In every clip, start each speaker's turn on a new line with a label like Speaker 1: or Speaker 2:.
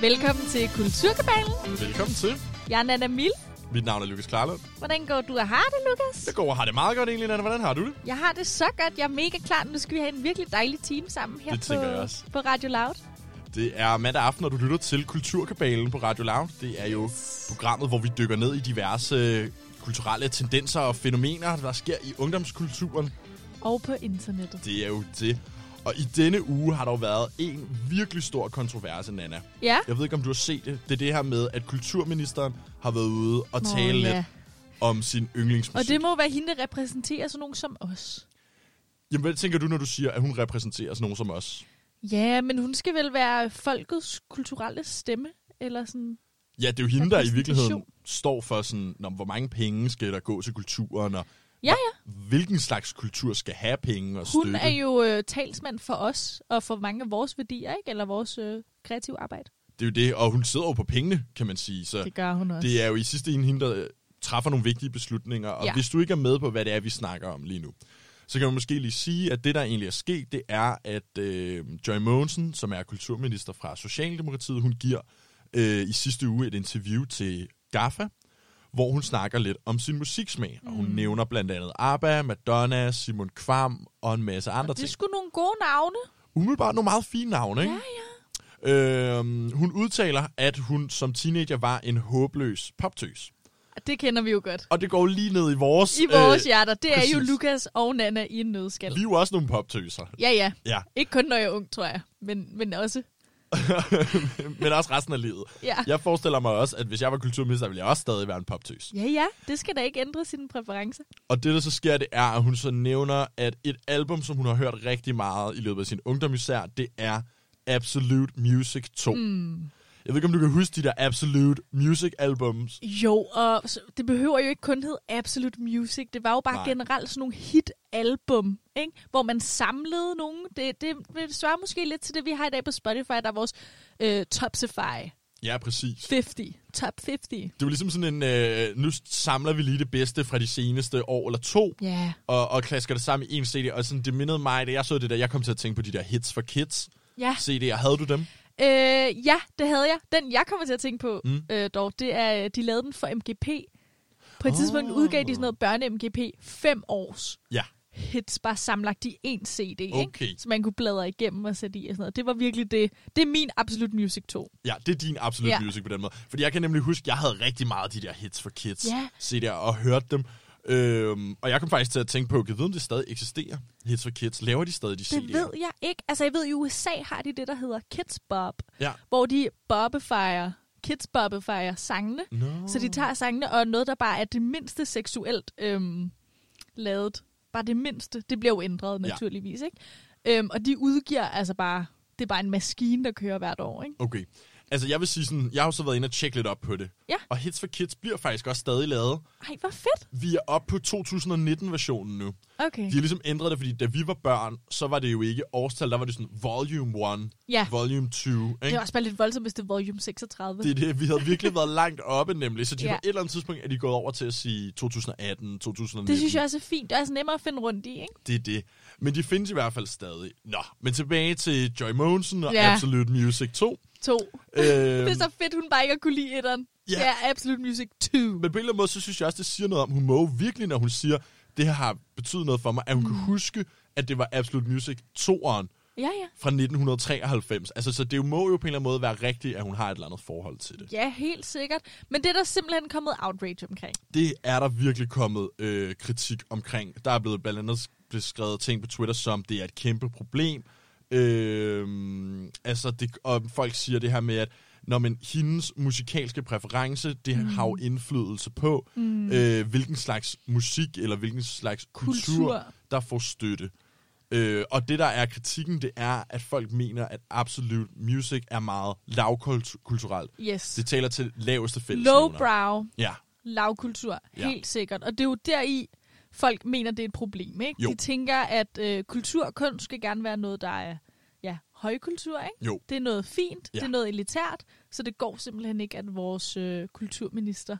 Speaker 1: Velkommen til Kulturkabalen.
Speaker 2: Velkommen til.
Speaker 1: Jeg er Nana Mil.
Speaker 2: Mit navn er Lukas Klarlund.
Speaker 1: Hvordan går du og har det, Lukas?
Speaker 2: Jeg går og har det meget godt egentlig, Nana. Hvordan har du det?
Speaker 1: Jeg har det så godt. Jeg er mega klar. Nu skal vi have en virkelig dejlig time sammen her
Speaker 2: Det
Speaker 1: på,
Speaker 2: tænker jeg også.
Speaker 1: på Radio Loud.
Speaker 2: Det er mandag aften, og du lytter til Kulturkabalen på Radio Loud. Det er jo programmet, hvor vi dykker ned i diverse øh, kulturelle tendenser og fænomener, der sker i ungdomskulturen.
Speaker 1: Og på internettet.
Speaker 2: Det er jo det. Og i denne uge har der jo været en virkelig stor kontroverse, Nana.
Speaker 1: Ja.
Speaker 2: Jeg ved ikke, om du har set det. Det er det her med, at kulturministeren har været ude og
Speaker 1: Nå,
Speaker 2: tale
Speaker 1: ja.
Speaker 2: lidt om sin yndlingsmusik.
Speaker 1: Og det må være hende, der repræsenterer sådan nogen som os.
Speaker 2: Jamen, hvad tænker du, når du siger, at hun repræsenterer sådan nogen som os?
Speaker 1: Ja, men hun skal vel være folkets kulturelle stemme, eller sådan.
Speaker 2: Ja, det er jo hende, der i virkeligheden
Speaker 1: Repræsentation.
Speaker 2: står for sådan, nå, hvor mange penge skal der gå til kulturen, og
Speaker 1: Ja, ja.
Speaker 2: hvilken slags kultur skal have penge og
Speaker 1: Hun
Speaker 2: støtte.
Speaker 1: er jo øh, talsmand for os, og for mange af vores værdier, ikke? Eller vores øh, kreative arbejde.
Speaker 2: Det er jo det, og hun sidder jo på pengene, kan man sige. Så
Speaker 1: Det gør hun også.
Speaker 2: det er jo i sidste ende hende, der øh, træffer nogle vigtige beslutninger, og
Speaker 1: Ja.
Speaker 2: hvis du ikke er med på, hvad det er, vi snakker om lige nu, så kan man måske lige sige, at det, der egentlig er sket, det er, at øh, Joy Mogensen, som er kulturminister fra Socialdemokratiet, hun giver øh, i sidste uge et interview til GAFA, hvor hun snakker lidt om sin musiksmag, og
Speaker 1: Mm.
Speaker 2: hun nævner blandt andet ABBA, Madonna, Simon Kvam og en masse andre
Speaker 1: Det er
Speaker 2: ting.
Speaker 1: sgu nogle gode navne.
Speaker 2: Umiddelbart nogle meget fine navne, ikke?
Speaker 1: Ja, ja.
Speaker 2: Øhm, hun udtaler, at hun som teenager var en håbløs poptøs.
Speaker 1: Det kender vi jo godt.
Speaker 2: Og det går jo lige ned i vores,
Speaker 1: I vores øh, hjerter, det er jo
Speaker 2: præcis.
Speaker 1: Lukas og Nana i en nødskal.
Speaker 2: Vi er jo også nogle poptøser.
Speaker 1: Ja, ja.
Speaker 2: Ja,
Speaker 1: Ikke kun, når jeg er ung, tror jeg. Men, men også.
Speaker 2: men også resten af livet.
Speaker 1: Ja.
Speaker 2: Jeg forestiller mig også, at hvis jeg var kulturminister, ville jeg også stadig være en poptøs.
Speaker 1: Ja, ja. Det skal da ikke ændre sine præferencer.
Speaker 2: Og det, der så sker, det er, at hun så nævner, at et album, som hun har hørt rigtig meget i løbet af sin ungdom især, det er Absolute Music 2. Mm. Jeg ved ikke, om du kan huske de der Absolute Music-albums.
Speaker 1: Jo, og så- det behøver jo ikke kun hedde Absolute Music. Det var jo bare
Speaker 2: Nej.
Speaker 1: Nej. generelt sådan nogle hit-album, ikke? hvor man samlede nogen. Det, det, det svarer måske lidt til det, vi har i dag på Spotify, der er vores øh, Topsify
Speaker 2: Ja, præcis.
Speaker 1: 50. Top 50.
Speaker 2: Det var ligesom sådan en, øh, nu samler vi lige det bedste fra de seneste år eller to,
Speaker 1: Ja. Yeah.
Speaker 2: og, og klasker det sammen i en CD, og sådan, det mindede mig, da jeg så det der, jeg kom til at tænke på de der hits for kids
Speaker 1: Ja.
Speaker 2: CD'er. Havde du dem?
Speaker 1: Øh, ja, det havde jeg. Den, jeg kommer til at tænke på
Speaker 2: Mm.
Speaker 1: mm. øh, dog, det er, øh, de lavede den for MGP. På et oh. tidspunkt
Speaker 2: Åh.
Speaker 1: udgav de sådan noget børne-MGP. Fem års
Speaker 2: Ja.
Speaker 1: hits, bare samlagt i én CD,
Speaker 2: Okay.
Speaker 1: ikke? Så man kunne bladre igennem og sætte i og sådan noget. Det var virkelig det. Det er min Absolute Music 2.
Speaker 2: Ja, det er din absolut ja.
Speaker 1: Ja.
Speaker 2: music på den måde. Fordi jeg kan nemlig huske, jeg havde rigtig meget af de der hits for kids
Speaker 1: Ja.
Speaker 2: CD'er og hørte dem. Øhm, og jeg kom faktisk til at tænke på, kan jeg vide, om det stadig eksisterer? Hits for kids, laver de stadig de
Speaker 1: Det
Speaker 2: CD'er?
Speaker 1: ved jeg ikke. Altså, jeg ved, i USA har de det, der hedder Kids Bob,
Speaker 2: Ja.
Speaker 1: hvor de bobbefier, kids bobbefier sangene.
Speaker 2: No.
Speaker 1: Så de tager sangene, og noget, der bare er det mindste seksuelt øhm, lavet. Bare det mindste. Det bliver jo ændret,
Speaker 2: Ja.
Speaker 1: naturligvis, ikke? Øhm, og de udgiver altså bare... Det er bare en maskine, der kører hvert år, ikke?
Speaker 2: Okay. Altså, jeg vil sige sådan, jeg har jo så været inde og tjekke lidt op på det.
Speaker 1: Ja.
Speaker 2: Og Hits for Kids bliver faktisk også stadig lavet.
Speaker 1: Ej, hvor fedt!
Speaker 2: Vi er oppe på 2019-versionen nu.
Speaker 1: Okay.
Speaker 2: De har ligesom ændret det, fordi da vi var børn, så var det jo ikke årstal, der var det sådan volume 1,
Speaker 1: Ja.
Speaker 2: volume 2. Ikke?
Speaker 1: Det er også bare lidt voldsomt, hvis det er volume 36.
Speaker 2: Det er det. Vi havde virkelig været langt oppe nemlig, så de ja.
Speaker 1: Ja.
Speaker 2: på et eller andet tidspunkt er de gået over til at sige 2018, 2019.
Speaker 1: det synes jeg også er fint. Det er altså nemmere at finde rundt i, ikke?
Speaker 2: Det er det. Men de findes i hvert fald stadig. Nå, men tilbage til Joy Monsen og ja.
Speaker 1: Ja.
Speaker 2: Absolute Music 2.
Speaker 1: To.
Speaker 2: Øhm,
Speaker 1: Det er så fedt, hun bare ikke har kunne lide etteren.
Speaker 2: Ja.
Speaker 1: Det er Absolute Music 2.
Speaker 2: men på en eller anden måde, så synes jeg også, det siger noget om, hun må jo virkelig, når hun siger, det her har betydet noget for mig, at hun mm. kan huske, at det var Absolute Music 2'eren
Speaker 1: Ja, ja.
Speaker 2: fra 1993. Altså, så det jo må jo på en eller anden måde være rigtigt, at hun har et eller andet forhold til det.
Speaker 1: Ja, helt sikkert. Men det er der simpelthen kommet outrage omkring.
Speaker 2: det er der virkelig kommet øh, kritik omkring. Der er blevet blandt andet blevet skrevet ting på Twitter som, det er et kæmpe problem. Øh, altså, det, og folk siger det her med, at når man hendes musikalske præference, det mm. har jo indflydelse på, mm. øh, hvilken slags musik eller hvilken slags kultur, kultur.
Speaker 1: Kultur.
Speaker 2: der får støtte. Øh, og det, der er kritikken, det er, at folk mener, at absolute music er meget lavkulturelt.
Speaker 1: Yes.
Speaker 2: Det taler til laveste fællesnævner.
Speaker 1: Lowbrow.
Speaker 2: Ja.
Speaker 1: lavkultur,
Speaker 2: Ja.
Speaker 1: ja. helt sikkert. Og det er jo deri, folk mener, det er et problem. Ikke?
Speaker 2: Jo.
Speaker 1: De tænker, at øh, kultur og kunst skal gerne være noget, der er ja, højkultur. Ikke?
Speaker 2: Jo.
Speaker 1: Det er noget fint,
Speaker 2: Ja.
Speaker 1: det er noget elitært, så det går simpelthen ikke, at vores øh, kulturminister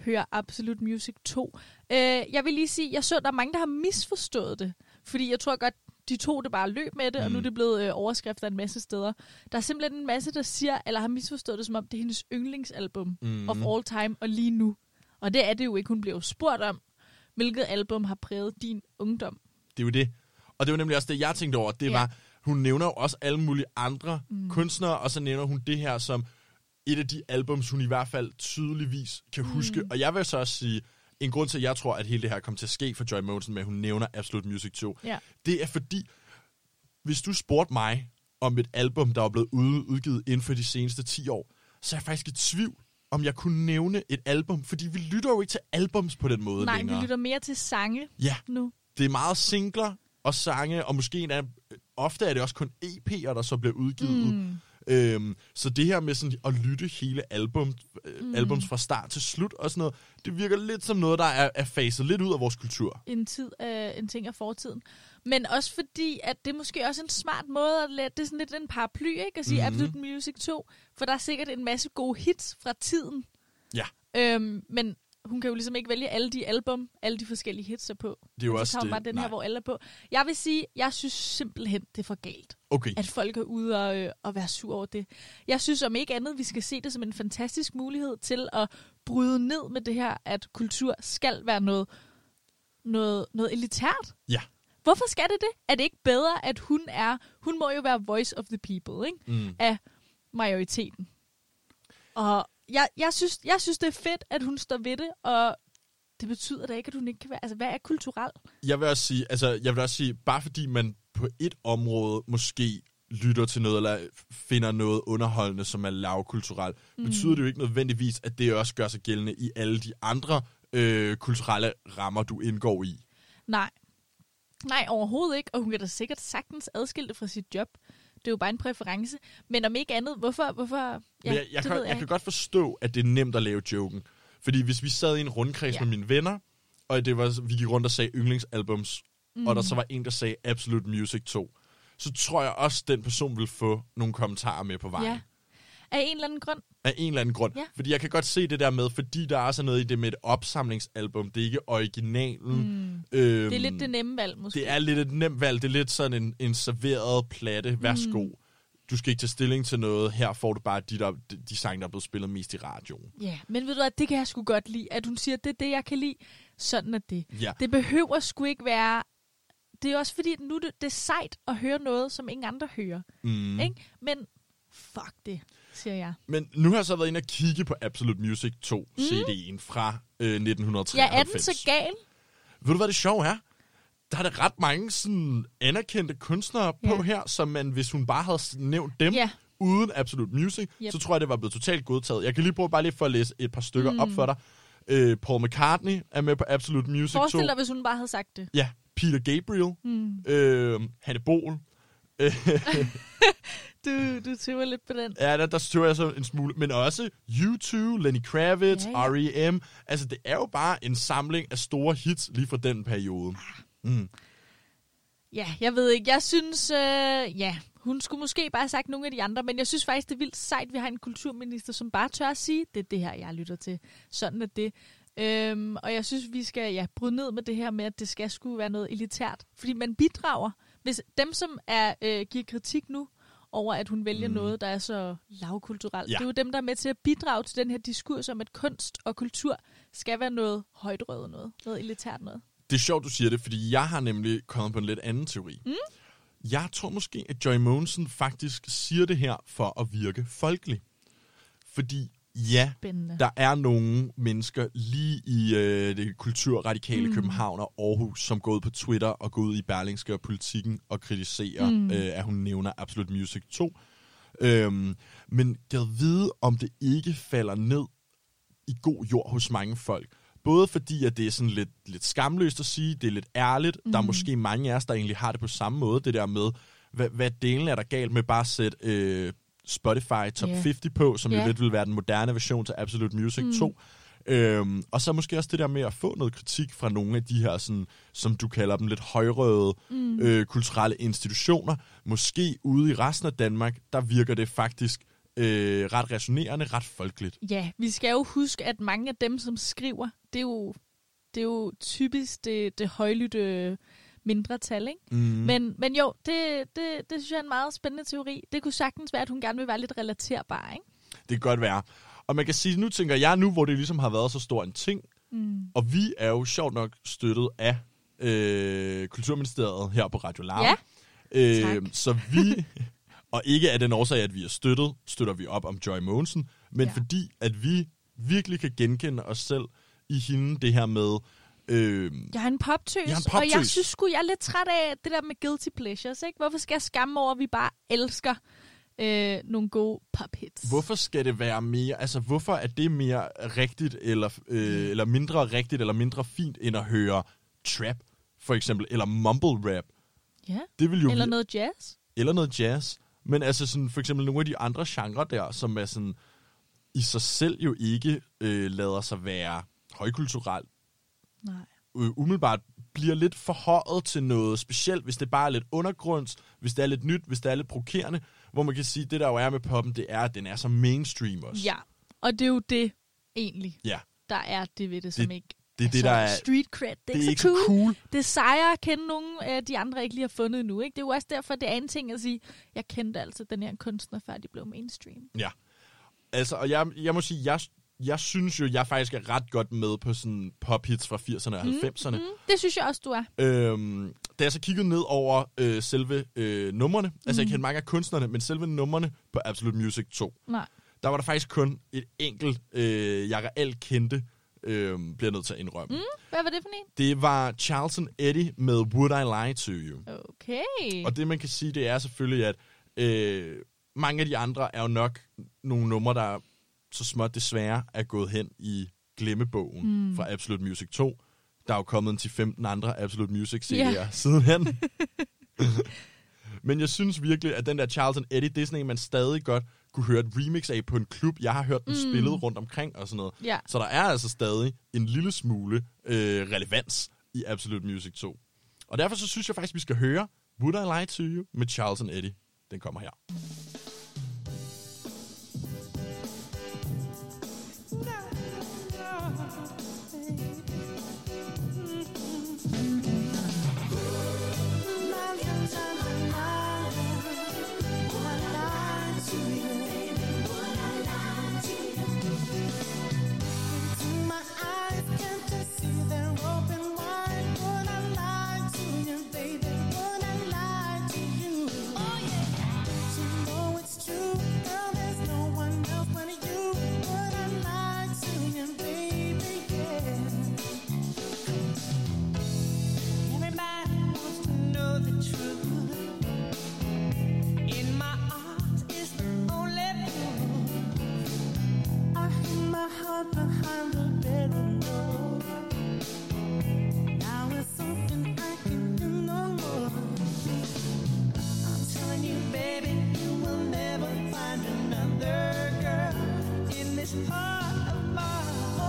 Speaker 1: hører Absolut Music 2. Øh, jeg vil lige sige, jeg så, at der er mange, der har misforstået det. Fordi jeg tror godt, de tog det bare og løb med det, mm. og nu er det blevet øh, overskrifter en masse steder. Der er simpelthen en masse, der siger, eller har misforstået det, som om det er hendes yndlingsalbum mm.
Speaker 2: Mhm.
Speaker 1: of all time, og lige nu. Og det er det jo ikke. Hun bliver jo spurgt om, hvilket album har præget din ungdom.
Speaker 2: Det er jo det. Og det var nemlig også det, jeg tænkte over. Det
Speaker 1: Ja.
Speaker 2: ja. var, hun nævner jo også alle mulige andre mm. kunstnere, og så nævner hun det her som et af de albums, hun i hvert fald tydeligvis
Speaker 1: Mm.
Speaker 2: kan huske. Og jeg vil så også sige, en grund til, at jeg tror, at hele det her kom til at ske for Joy Monsen, med at hun nævner Absolute Music 2,
Speaker 1: Ja.
Speaker 2: det er fordi, hvis du spurgte mig om et album, der er blevet ude, udgivet inden for de seneste 10 år, så er jeg faktisk i tvivl, om jeg kunne nævne et album, fordi vi lytter jo ikke til albums på den måde
Speaker 1: Nej,
Speaker 2: længere.
Speaker 1: vi lytter mere til sange
Speaker 2: Ja,
Speaker 1: nu.
Speaker 2: det er meget singler og sange, og måske endda, ofte er det også kun EP'er, der så bliver udgivet. Mm. Øhm, så det her med sådan at lytte hele album, øh, mm. albums fra start til slut og sådan noget, det virker lidt som noget, der er, er faset lidt ud af vores kultur.
Speaker 1: en, tid, øh, en ting af fortiden. Men også fordi, at det er måske også en smart måde at lade, det er sådan lidt en paraply, ikke? At sige
Speaker 2: Mhm.
Speaker 1: mm-hmm. Absolute Music 2, for der er sikkert en masse gode hits fra tiden.
Speaker 2: Ja.
Speaker 1: Øhm, men hun kan jo ligesom ikke vælge alle de album, alle de forskellige hits er på.
Speaker 2: Det er jo
Speaker 1: så
Speaker 2: også
Speaker 1: tager hun
Speaker 2: det.
Speaker 1: bare den
Speaker 2: Nej.
Speaker 1: her, hvor alle er på. Jeg vil sige, jeg synes simpelthen, det er for galt,
Speaker 2: Okay,
Speaker 1: at folk er ude og, øh, og være sur over det. Jeg synes om ikke andet, vi skal se det som en fantastisk mulighed til at bryde ned med det her, at kultur skal være noget, noget, noget elitært.
Speaker 2: ja.
Speaker 1: Hvorfor skal det det? Er det ikke bedre, at hun er... Hun må jo være voice of the people, ikke?
Speaker 2: Mm.
Speaker 1: Af majoriteten. Og jeg, jeg, synes, jeg synes, det er fedt, at hun står ved det, og det betyder da ikke, at hun ikke kan være... Altså, hvad er kulturelt?
Speaker 2: Jeg vil også sige, altså, jeg vil også sige, bare fordi man på et område måske lytter til noget, eller finder noget underholdende, som er lavkulturelt, mm. betyder det jo ikke nødvendigvis, at det også gør sig gældende i alle de andre øh, kulturelle rammer, du indgår i.
Speaker 1: Nej. Nej, overhovedet ikke, og hun kan da sikkert sagtens adskille det fra sit job. Det er jo bare en præference. Men om ikke andet, hvorfor... hvorfor
Speaker 2: Ja, Men jeg, jeg,
Speaker 1: det
Speaker 2: kan,
Speaker 1: ved
Speaker 2: jeg, jeg
Speaker 1: ikke.
Speaker 2: kan godt forstå, at det er nemt at lave joken. Fordi hvis vi sad i en rundkreds
Speaker 1: Ja.
Speaker 2: ja. med mine venner, og det var, vi gik rundt og sagde yndlingsalbums, mm. og der så var en, der sagde Absolute Music 2, så tror jeg også, at den person vil få nogle kommentarer med på vejen.
Speaker 1: Ja. Af en eller anden grund.
Speaker 2: Af en eller anden grund.
Speaker 1: Ja.
Speaker 2: Fordi jeg kan godt se det der med, fordi der er sådan noget i det med et opsamlingsalbum. Det er ikke originalen. Mm. Øhm,
Speaker 1: Det er lidt det nemme valg, måske.
Speaker 2: det er lidt et nemt valg. Det er lidt sådan en, en serveret platte. Værsgo. Mm. Du skal ikke tage stilling til noget. Her får du bare de, der, de, de sange, der er blevet spillet mest i radioen.
Speaker 1: Ja, yeah, men ved du hvad, det kan jeg sgu godt lide, at hun siger, det er det, jeg kan lide. Sådan er det.
Speaker 2: Ja.
Speaker 1: Det behøver sgu ikke være... Det er også fordi, at nu er det, det er sejt at høre noget, som ingen andre hører. Mm. Ikke? Men fuck det, siger jeg.
Speaker 2: Men nu har jeg så været inde og kigge på Absolute Music 2 mm. CD'en fra øh, 1993.
Speaker 1: Ja, er den så gal?
Speaker 2: Ved du, hvad det sjove er? Der er der ret mange sådan, anerkendte kunstnere
Speaker 1: Ja.
Speaker 2: ja. på her, som man, hvis hun bare havde nævnt dem,
Speaker 1: Ja.
Speaker 2: ja. uden Absolute Music,
Speaker 1: Yep.
Speaker 2: yep. så tror jeg, det var blevet totalt godtaget. Jeg kan lige bruge bare lige for at læse et par stykker mm. op for dig. Øh, Paul McCartney er med på Absolute Music 2.
Speaker 1: Forestil dig, hvis hun bare havde sagt det.
Speaker 2: Ja, Peter Gabriel, mm. øh, Hanne Bol.
Speaker 1: Du, du tøver lidt på den.
Speaker 2: Ja, der, der støver jeg så en smule. Men også U2, Lenny Kravitz,
Speaker 1: Ja,
Speaker 2: ja,
Speaker 1: ja.
Speaker 2: ja. R.E.M. Altså, det er jo bare en samling af store hits lige fra den periode.
Speaker 1: Ja, jeg ved ikke. Jeg synes, øh, ja, hun skulle måske bare have sagt nogle af de andre, men jeg synes faktisk, det er vildt sejt, vi har en kulturminister, som bare tør at sige, det er det her, jeg lytter til. Sådan er det. Øhm, og jeg synes, vi skal ja, bryde ned med det her med, at det skal skulle være noget elitært. Fordi man bidrager. Hvis dem, som er, øh, giver kritik nu over, at hun vælger mm. noget, der er så lavkulturelt, ja.
Speaker 2: Ja.
Speaker 1: det er jo dem, der er med til at bidrage til den her diskurs om, at kunst og kultur skal være noget højtrøvet noget. Noget elitært noget.
Speaker 2: Det er sjovt, du siger det, fordi jeg har nemlig kommet på en lidt anden teori. Mm. Jeg tror måske, at Joy Monsen faktisk siger det her for at virke folkelig. Fordi ja,
Speaker 1: Spændende.
Speaker 2: der er nogle mennesker lige i øh, det kulturradikale mm. København og Aarhus, som går ud på Twitter og går ud i Berlingske og Politikken og kritiserer, mm. øh, at hun nævner Absolute Music 2. Øhm, men jeg vide, om det ikke falder ned i god jord hos mange folk. Både fordi, at det er sådan lidt, lidt skamløst at sige, det er lidt ærligt. Mm. Der er måske mange af os, der egentlig har det på samme måde, det der med, hvad, hvad delen er der galt med bare at sætte øh, Spotify Top
Speaker 1: Ja.
Speaker 2: yeah. 50 på, som
Speaker 1: Ja.
Speaker 2: jo lidt vil være den moderne version til Absolute Music mm. 2. Øhm, og så måske også det der med at få noget kritik fra nogle af de her, sådan, som du kalder dem, lidt højrøde mm. øh, kulturelle institutioner. Måske ude i resten af Danmark, der virker det faktisk øh, ret resonerende, ret folkeligt.
Speaker 1: Ja, vi skal jo huske, at mange af dem, som skriver, det er jo, det er jo typisk det, det højlytte mindretal, ikke?
Speaker 2: Mm. Men,
Speaker 1: Men, men jo, det, det, det synes jeg er en meget spændende teori. Det kunne sagtens være, at hun gerne vil være lidt relaterbar, ikke?
Speaker 2: det kan godt være. Og man kan sige, nu tænker jeg nu, hvor det ligesom har været så stor en ting,
Speaker 1: Mm.
Speaker 2: og vi er jo sjovt nok støttet af øh, Kulturministeriet her på Radio Larm.
Speaker 1: Ja.
Speaker 2: Øh,
Speaker 1: Tak.
Speaker 2: så vi, og ikke af den årsag, at vi er støttet, støtter vi op om Joy Mogensen, men
Speaker 1: Ja.
Speaker 2: ja. fordi, at vi virkelig kan genkende os selv i hende, det her med, øh,
Speaker 1: Jeg er en poptøs,
Speaker 2: Jeg er en
Speaker 1: og jeg
Speaker 2: poptøs.
Speaker 1: synes sgu, jeg er lidt træt af det der med guilty pleasures, ikke? Hvorfor skal jeg skamme over, at vi bare elsker øh, nogle gode pop-hits?
Speaker 2: hvorfor skal det være mere, altså hvorfor er det mere rigtigt, eller,
Speaker 1: Mm.
Speaker 2: øh, eller mindre rigtigt, eller mindre fint, end at høre trap, for eksempel, eller mumble rap.
Speaker 1: Ja.
Speaker 2: Det vil jo
Speaker 1: Eller noget jazz?
Speaker 2: eller noget jazz. Men altså sådan, for eksempel nogle af de andre genrer der, som er sådan, i sig selv jo ikke øh, lader sig være højkulturelt.
Speaker 1: Nej.
Speaker 2: Øh, umiddelbart bliver lidt forhøjet til noget specielt, hvis det bare er lidt undergrunds, hvis det er lidt nyt, hvis det er lidt provokerende, hvor man kan sige, det der jo er med poppen, det er, at den er så mainstream også.
Speaker 1: Ja, og det er jo det egentlig,
Speaker 2: ja
Speaker 1: der er det ved det, som
Speaker 2: Det-
Speaker 1: ikke
Speaker 2: det er det,
Speaker 1: så
Speaker 2: der er-
Speaker 1: Altså, street cred. Det,
Speaker 2: Altså, det er ikke
Speaker 1: så
Speaker 2: så cool.
Speaker 1: Det er sejere at kende nogen, øh, de andre ikke lige har fundet endnu. Ikke? Det er jo også derfor, det er en ting at sige, jeg kendte altså den her kunstner, før de blev mainstream.
Speaker 2: Ja. Altså, og jeg, jeg må sige, jeg, jeg synes jo, jeg faktisk er ret godt med på sådan pop-hits fra 80'erne og 90'erne.
Speaker 1: Mm, det synes jeg også, du er.
Speaker 2: Øhm, da jeg så kiggede ned over øh, selve øh, numrene, mm. altså jeg kendte mange af kunstnerne, men selve numrene på Absolute Music 2,
Speaker 1: Nej.
Speaker 2: der var der faktisk kun et enkelt, øh, jeg reelt kendte, øh, bliver jeg nødt til at indrømme. Mm.
Speaker 1: Hvad var det for en?
Speaker 2: Det var Charlton Eddie med Would I Lie To You.
Speaker 1: Okay.
Speaker 2: Og det man kan sige, det er selvfølgelig, at øh, mange af de andre er jo nok nogle numre, der så småt desværre er gået hen i glemmebogen mm. fra Absolute Music 2. Der er jo kommet en 15 andre Absolute Music-serier
Speaker 1: Ja.
Speaker 2: yeah. sidenhen. Men jeg synes virkelig, at den der Charlton Eddie, det er sådan en, man stadig godt kunne høre et remix af på en klub. Jeg har hørt den mm. spillet rundt omkring og sådan noget.
Speaker 1: Ja.
Speaker 2: Så der er altså stadig en lille smule øh, relevans i Absolute Music 2. Og derfor så synes jeg faktisk, vi skal høre Would I Lie To You med Charles and Eddie. Den kommer her.
Speaker 3: oh, Everybody wants to know the truth. In my arms is the only proof. I hid my heart behind the bedroom door. Now it's something I can do no more. I'm telling you, baby, you will never find another girl in this heart of mine. Oh,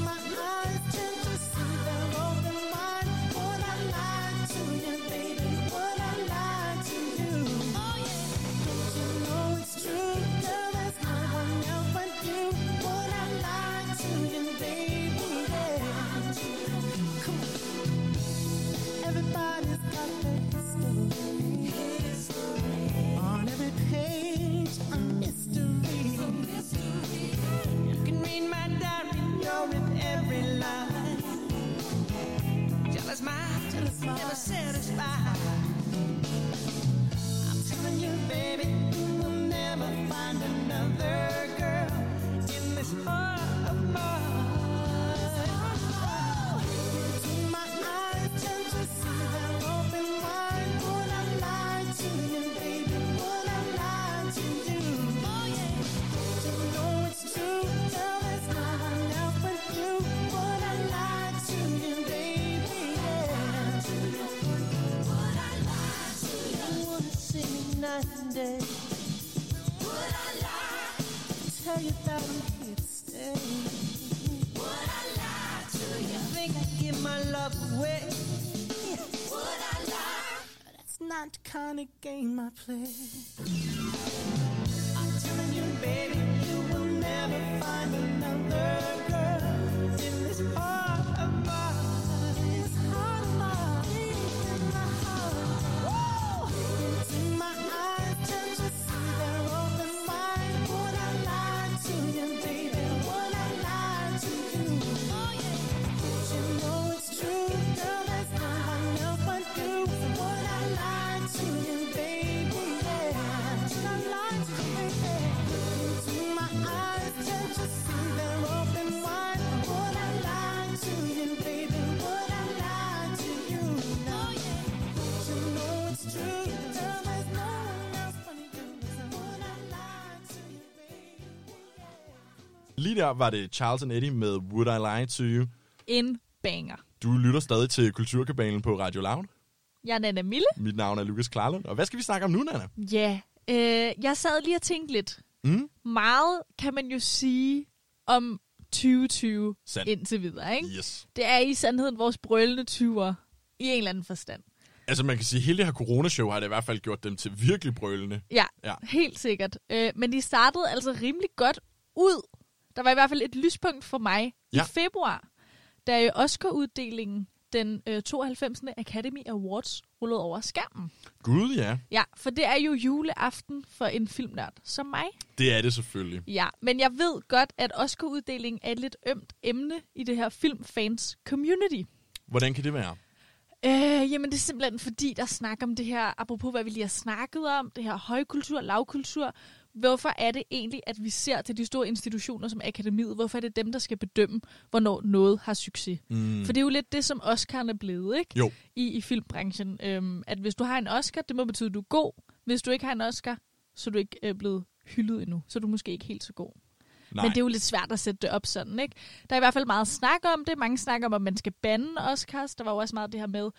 Speaker 3: my eyes tend to see them open wide. Would I lie to you, baby? Would I lie to you? Oh, Don't you know it's true? Girl, there's no one else but you. Would I lie to you, baby? Yeah. Come on. Everybody's got their history. On every page, a mystery. You can read my diary, you're in every line. Jealous mind, jealous mind, never satisfied. I'm telling you, baby, you will never find another girl in this heart of mine. My eyes tend to see them open wide. Would I lie to you, baby? Would I lie to you? Oh yeah. You know it's true. Tell us not enough with you. Would I lie to you, baby? Yeah. Would I lie to you? You wanna see me night and day. Would I lie? Tell you that I'm here to stay. Would I lie to you? Think I give my love away? Would I lie? That's not the kind of game I play. I'm telling you, baby, you will never find another girl in this heart of mine. Oh, Oh,
Speaker 2: Lige der var det Charles and Eddie med Would I Lie To You.
Speaker 1: En banger.
Speaker 2: Du lytter stadig til Kulturkabalen på Radio Loud.
Speaker 1: Jeg er Nana Mille.
Speaker 2: Mit navn er Lukas Klarlund, og hvad skal vi snakke om nu, Nana?
Speaker 1: Ja, øh, jeg sad lige og tænkte lidt.
Speaker 2: Mm?
Speaker 1: Meget kan man jo sige om 2020
Speaker 2: Sandt.
Speaker 1: indtil videre, ikke?
Speaker 2: Yes.
Speaker 1: Det er i sandheden vores brølende 20'er i en eller anden forstand.
Speaker 2: Altså man kan sige, at hele det her coronashow har det i hvert fald gjort dem til virkelig brølende.
Speaker 1: Ja,
Speaker 2: Ja.
Speaker 1: ja. helt sikkert. Øh, men de startede altså rimelig godt ud. Der var i hvert fald et lyspunkt for mig
Speaker 2: Ja.
Speaker 1: i februar, da øh, Oscar-uddelingen, den øh, 92. Academy Awards, rullede over skærmen.
Speaker 2: Gud ja,
Speaker 1: Ja, for det er jo juleaften for en filmnørd som mig.
Speaker 2: det er det selvfølgelig.
Speaker 1: Ja, men jeg ved godt, at Oscar-uddelingen er et lidt ømt emne i det her filmfans-community.
Speaker 2: Hvordan kan det være?
Speaker 1: Øh, jamen det er simpelthen fordi, der snakker om det her, apropos hvad vi lige har snakket om, det her højkultur, lavkultur. Hvorfor er det egentlig, at vi ser til de store institutioner som akademiet, hvorfor er det dem, der skal bedømme, hvornår noget har succes?
Speaker 2: Mm.
Speaker 1: For det er jo lidt det, som Oscar'en er blevet, ikke?
Speaker 2: Jo.
Speaker 1: I, i filmbranchen. Øhm, at hvis du har en Oscar, det må betyde, at du er god. Hvis du ikke har en Oscar, så er du ikke øh, blevet hyldet endnu. Så er du måske ikke helt så god.
Speaker 2: Nej.
Speaker 1: Men det er jo lidt svært at sætte det op sådan, ikke? Der er i hvert fald meget snak om det. Mange snakker om, at man skal bande Oscars. Der var jo også meget det her med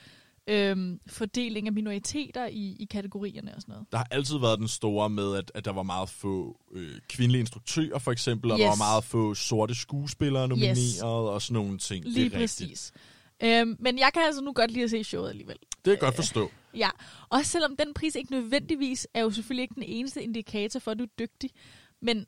Speaker 1: øhm, fordeling af minoriteter i, i kategorierne og sådan noget.
Speaker 2: Der har altid været den store med, at, at der var meget få øh, kvindelige instruktører, for eksempel, og yes. der
Speaker 1: Yes.
Speaker 2: var meget få sorte skuespillere nomineret, yes. og sådan nogle ting.
Speaker 1: Lige
Speaker 2: det er rigtigt.
Speaker 1: præcis. Øhm, men jeg kan altså nu godt lide at se showet alligevel.
Speaker 2: Det kan jeg godt forstå.
Speaker 1: Ja, også selvom den pris ikke nødvendigvis er jo selvfølgelig ikke den eneste indikator for, at du er dygtig, men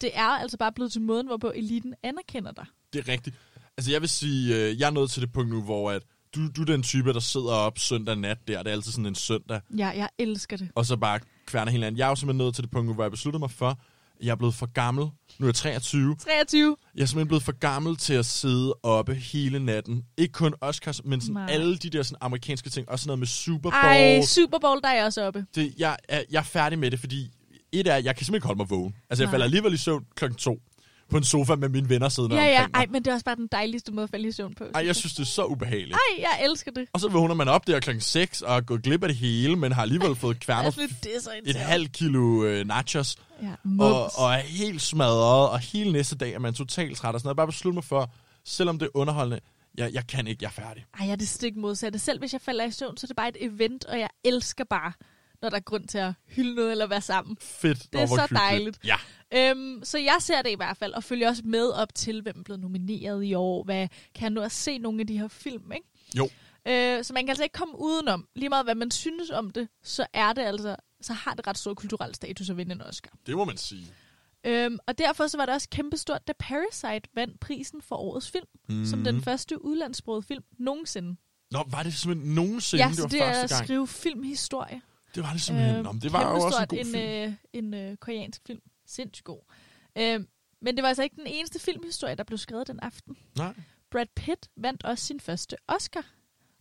Speaker 1: det er altså bare blevet til måden, hvorpå eliten anerkender dig.
Speaker 2: Det er rigtigt. Altså jeg vil sige, øh, jeg er nået til det punkt nu, hvor at du, du er den type, der sidder op søndag nat der, det er altid sådan en søndag,
Speaker 1: Ja, jeg elsker det.
Speaker 2: og så bare kværner helt andet. Jeg er jo simpelthen nået til det punkt nu, hvor jeg besluttede mig for, at jeg er blevet for gammel. Nu er jeg 23.
Speaker 1: 23.
Speaker 2: Jeg er simpelthen blevet for gammel til at sidde oppe hele natten. Ikke kun Oscars, men sådan
Speaker 1: Nej.
Speaker 2: alle de der sådan amerikanske ting. Også sådan noget med Super Bowl.
Speaker 1: Ej, Super Bowl, der er jeg også oppe.
Speaker 2: det, jeg, er, jeg er færdig med det, fordi et er, jeg kan simpelthen ikke holde mig vågen. Altså, jeg
Speaker 1: Nej.
Speaker 2: falder alligevel i søvn klokken to på en sofa med mine venner siddende
Speaker 1: Ja, ja.
Speaker 2: omkring
Speaker 1: Ej,
Speaker 2: mig.
Speaker 1: men det er også bare den dejligste måde at falde i søvn på.
Speaker 2: Ej, jeg synes, det er så ubehageligt.
Speaker 1: Ej, jeg elsker det.
Speaker 2: Og så vågner man op der klokken 6 og er gået glip af det hele, men har alligevel fået kværnet
Speaker 1: Altså, det er så
Speaker 2: et
Speaker 1: irriterende.
Speaker 2: halvt kilo øh, nachos.
Speaker 1: Ja,
Speaker 2: og,
Speaker 1: mums.
Speaker 2: og er helt smadret, og hele næste dag er man totalt træt og sådan noget. Jeg bare beslutte mig for, selvom det er underholdende, jeg, jeg kan ikke, jeg er færdig.
Speaker 1: Ej, jeg er det stik modsatte. Selv hvis jeg falder i søvn, så er det bare et event, og jeg elsker bare, når der er grund til at hylde noget eller være sammen.
Speaker 2: Fedt.
Speaker 1: Det er
Speaker 2: og hvor
Speaker 1: så
Speaker 2: hyggeligt.
Speaker 1: dejligt.
Speaker 2: Ja,
Speaker 1: Øhm, så jeg ser det i hvert fald, og følger også med op til, hvem blev nomineret i år. Hvad, kan jeg nu at se nogle af de her film, ikke?
Speaker 2: jo.
Speaker 1: Øh, så man kan altså ikke komme udenom. Lige meget hvad man synes om det, så er det altså, så har det ret stor kulturel status at vinde en Oscar.
Speaker 2: Det må man sige.
Speaker 1: Øhm, og derfor så var det også kæmpestort, da Parasite vandt prisen for årets film, mm.
Speaker 2: Mhm.
Speaker 1: som den første udlandsprogede film nogensinde.
Speaker 2: Nå, var det simpelthen nogensinde,
Speaker 1: ja,
Speaker 2: det
Speaker 1: så
Speaker 2: var
Speaker 1: det er at
Speaker 2: første gang?
Speaker 1: skrive filmhistorie.
Speaker 2: Det var det simpelthen. Øhm, Nå, men det var jo også en god
Speaker 1: en,
Speaker 2: film.
Speaker 1: Øh, en øh, koreansk film. Sindssygt god. Øh, men det var altså ikke den eneste filmhistorie, der blev skrevet den aften.
Speaker 2: Nej.
Speaker 1: Brad Pitt vandt også sin første Oscar.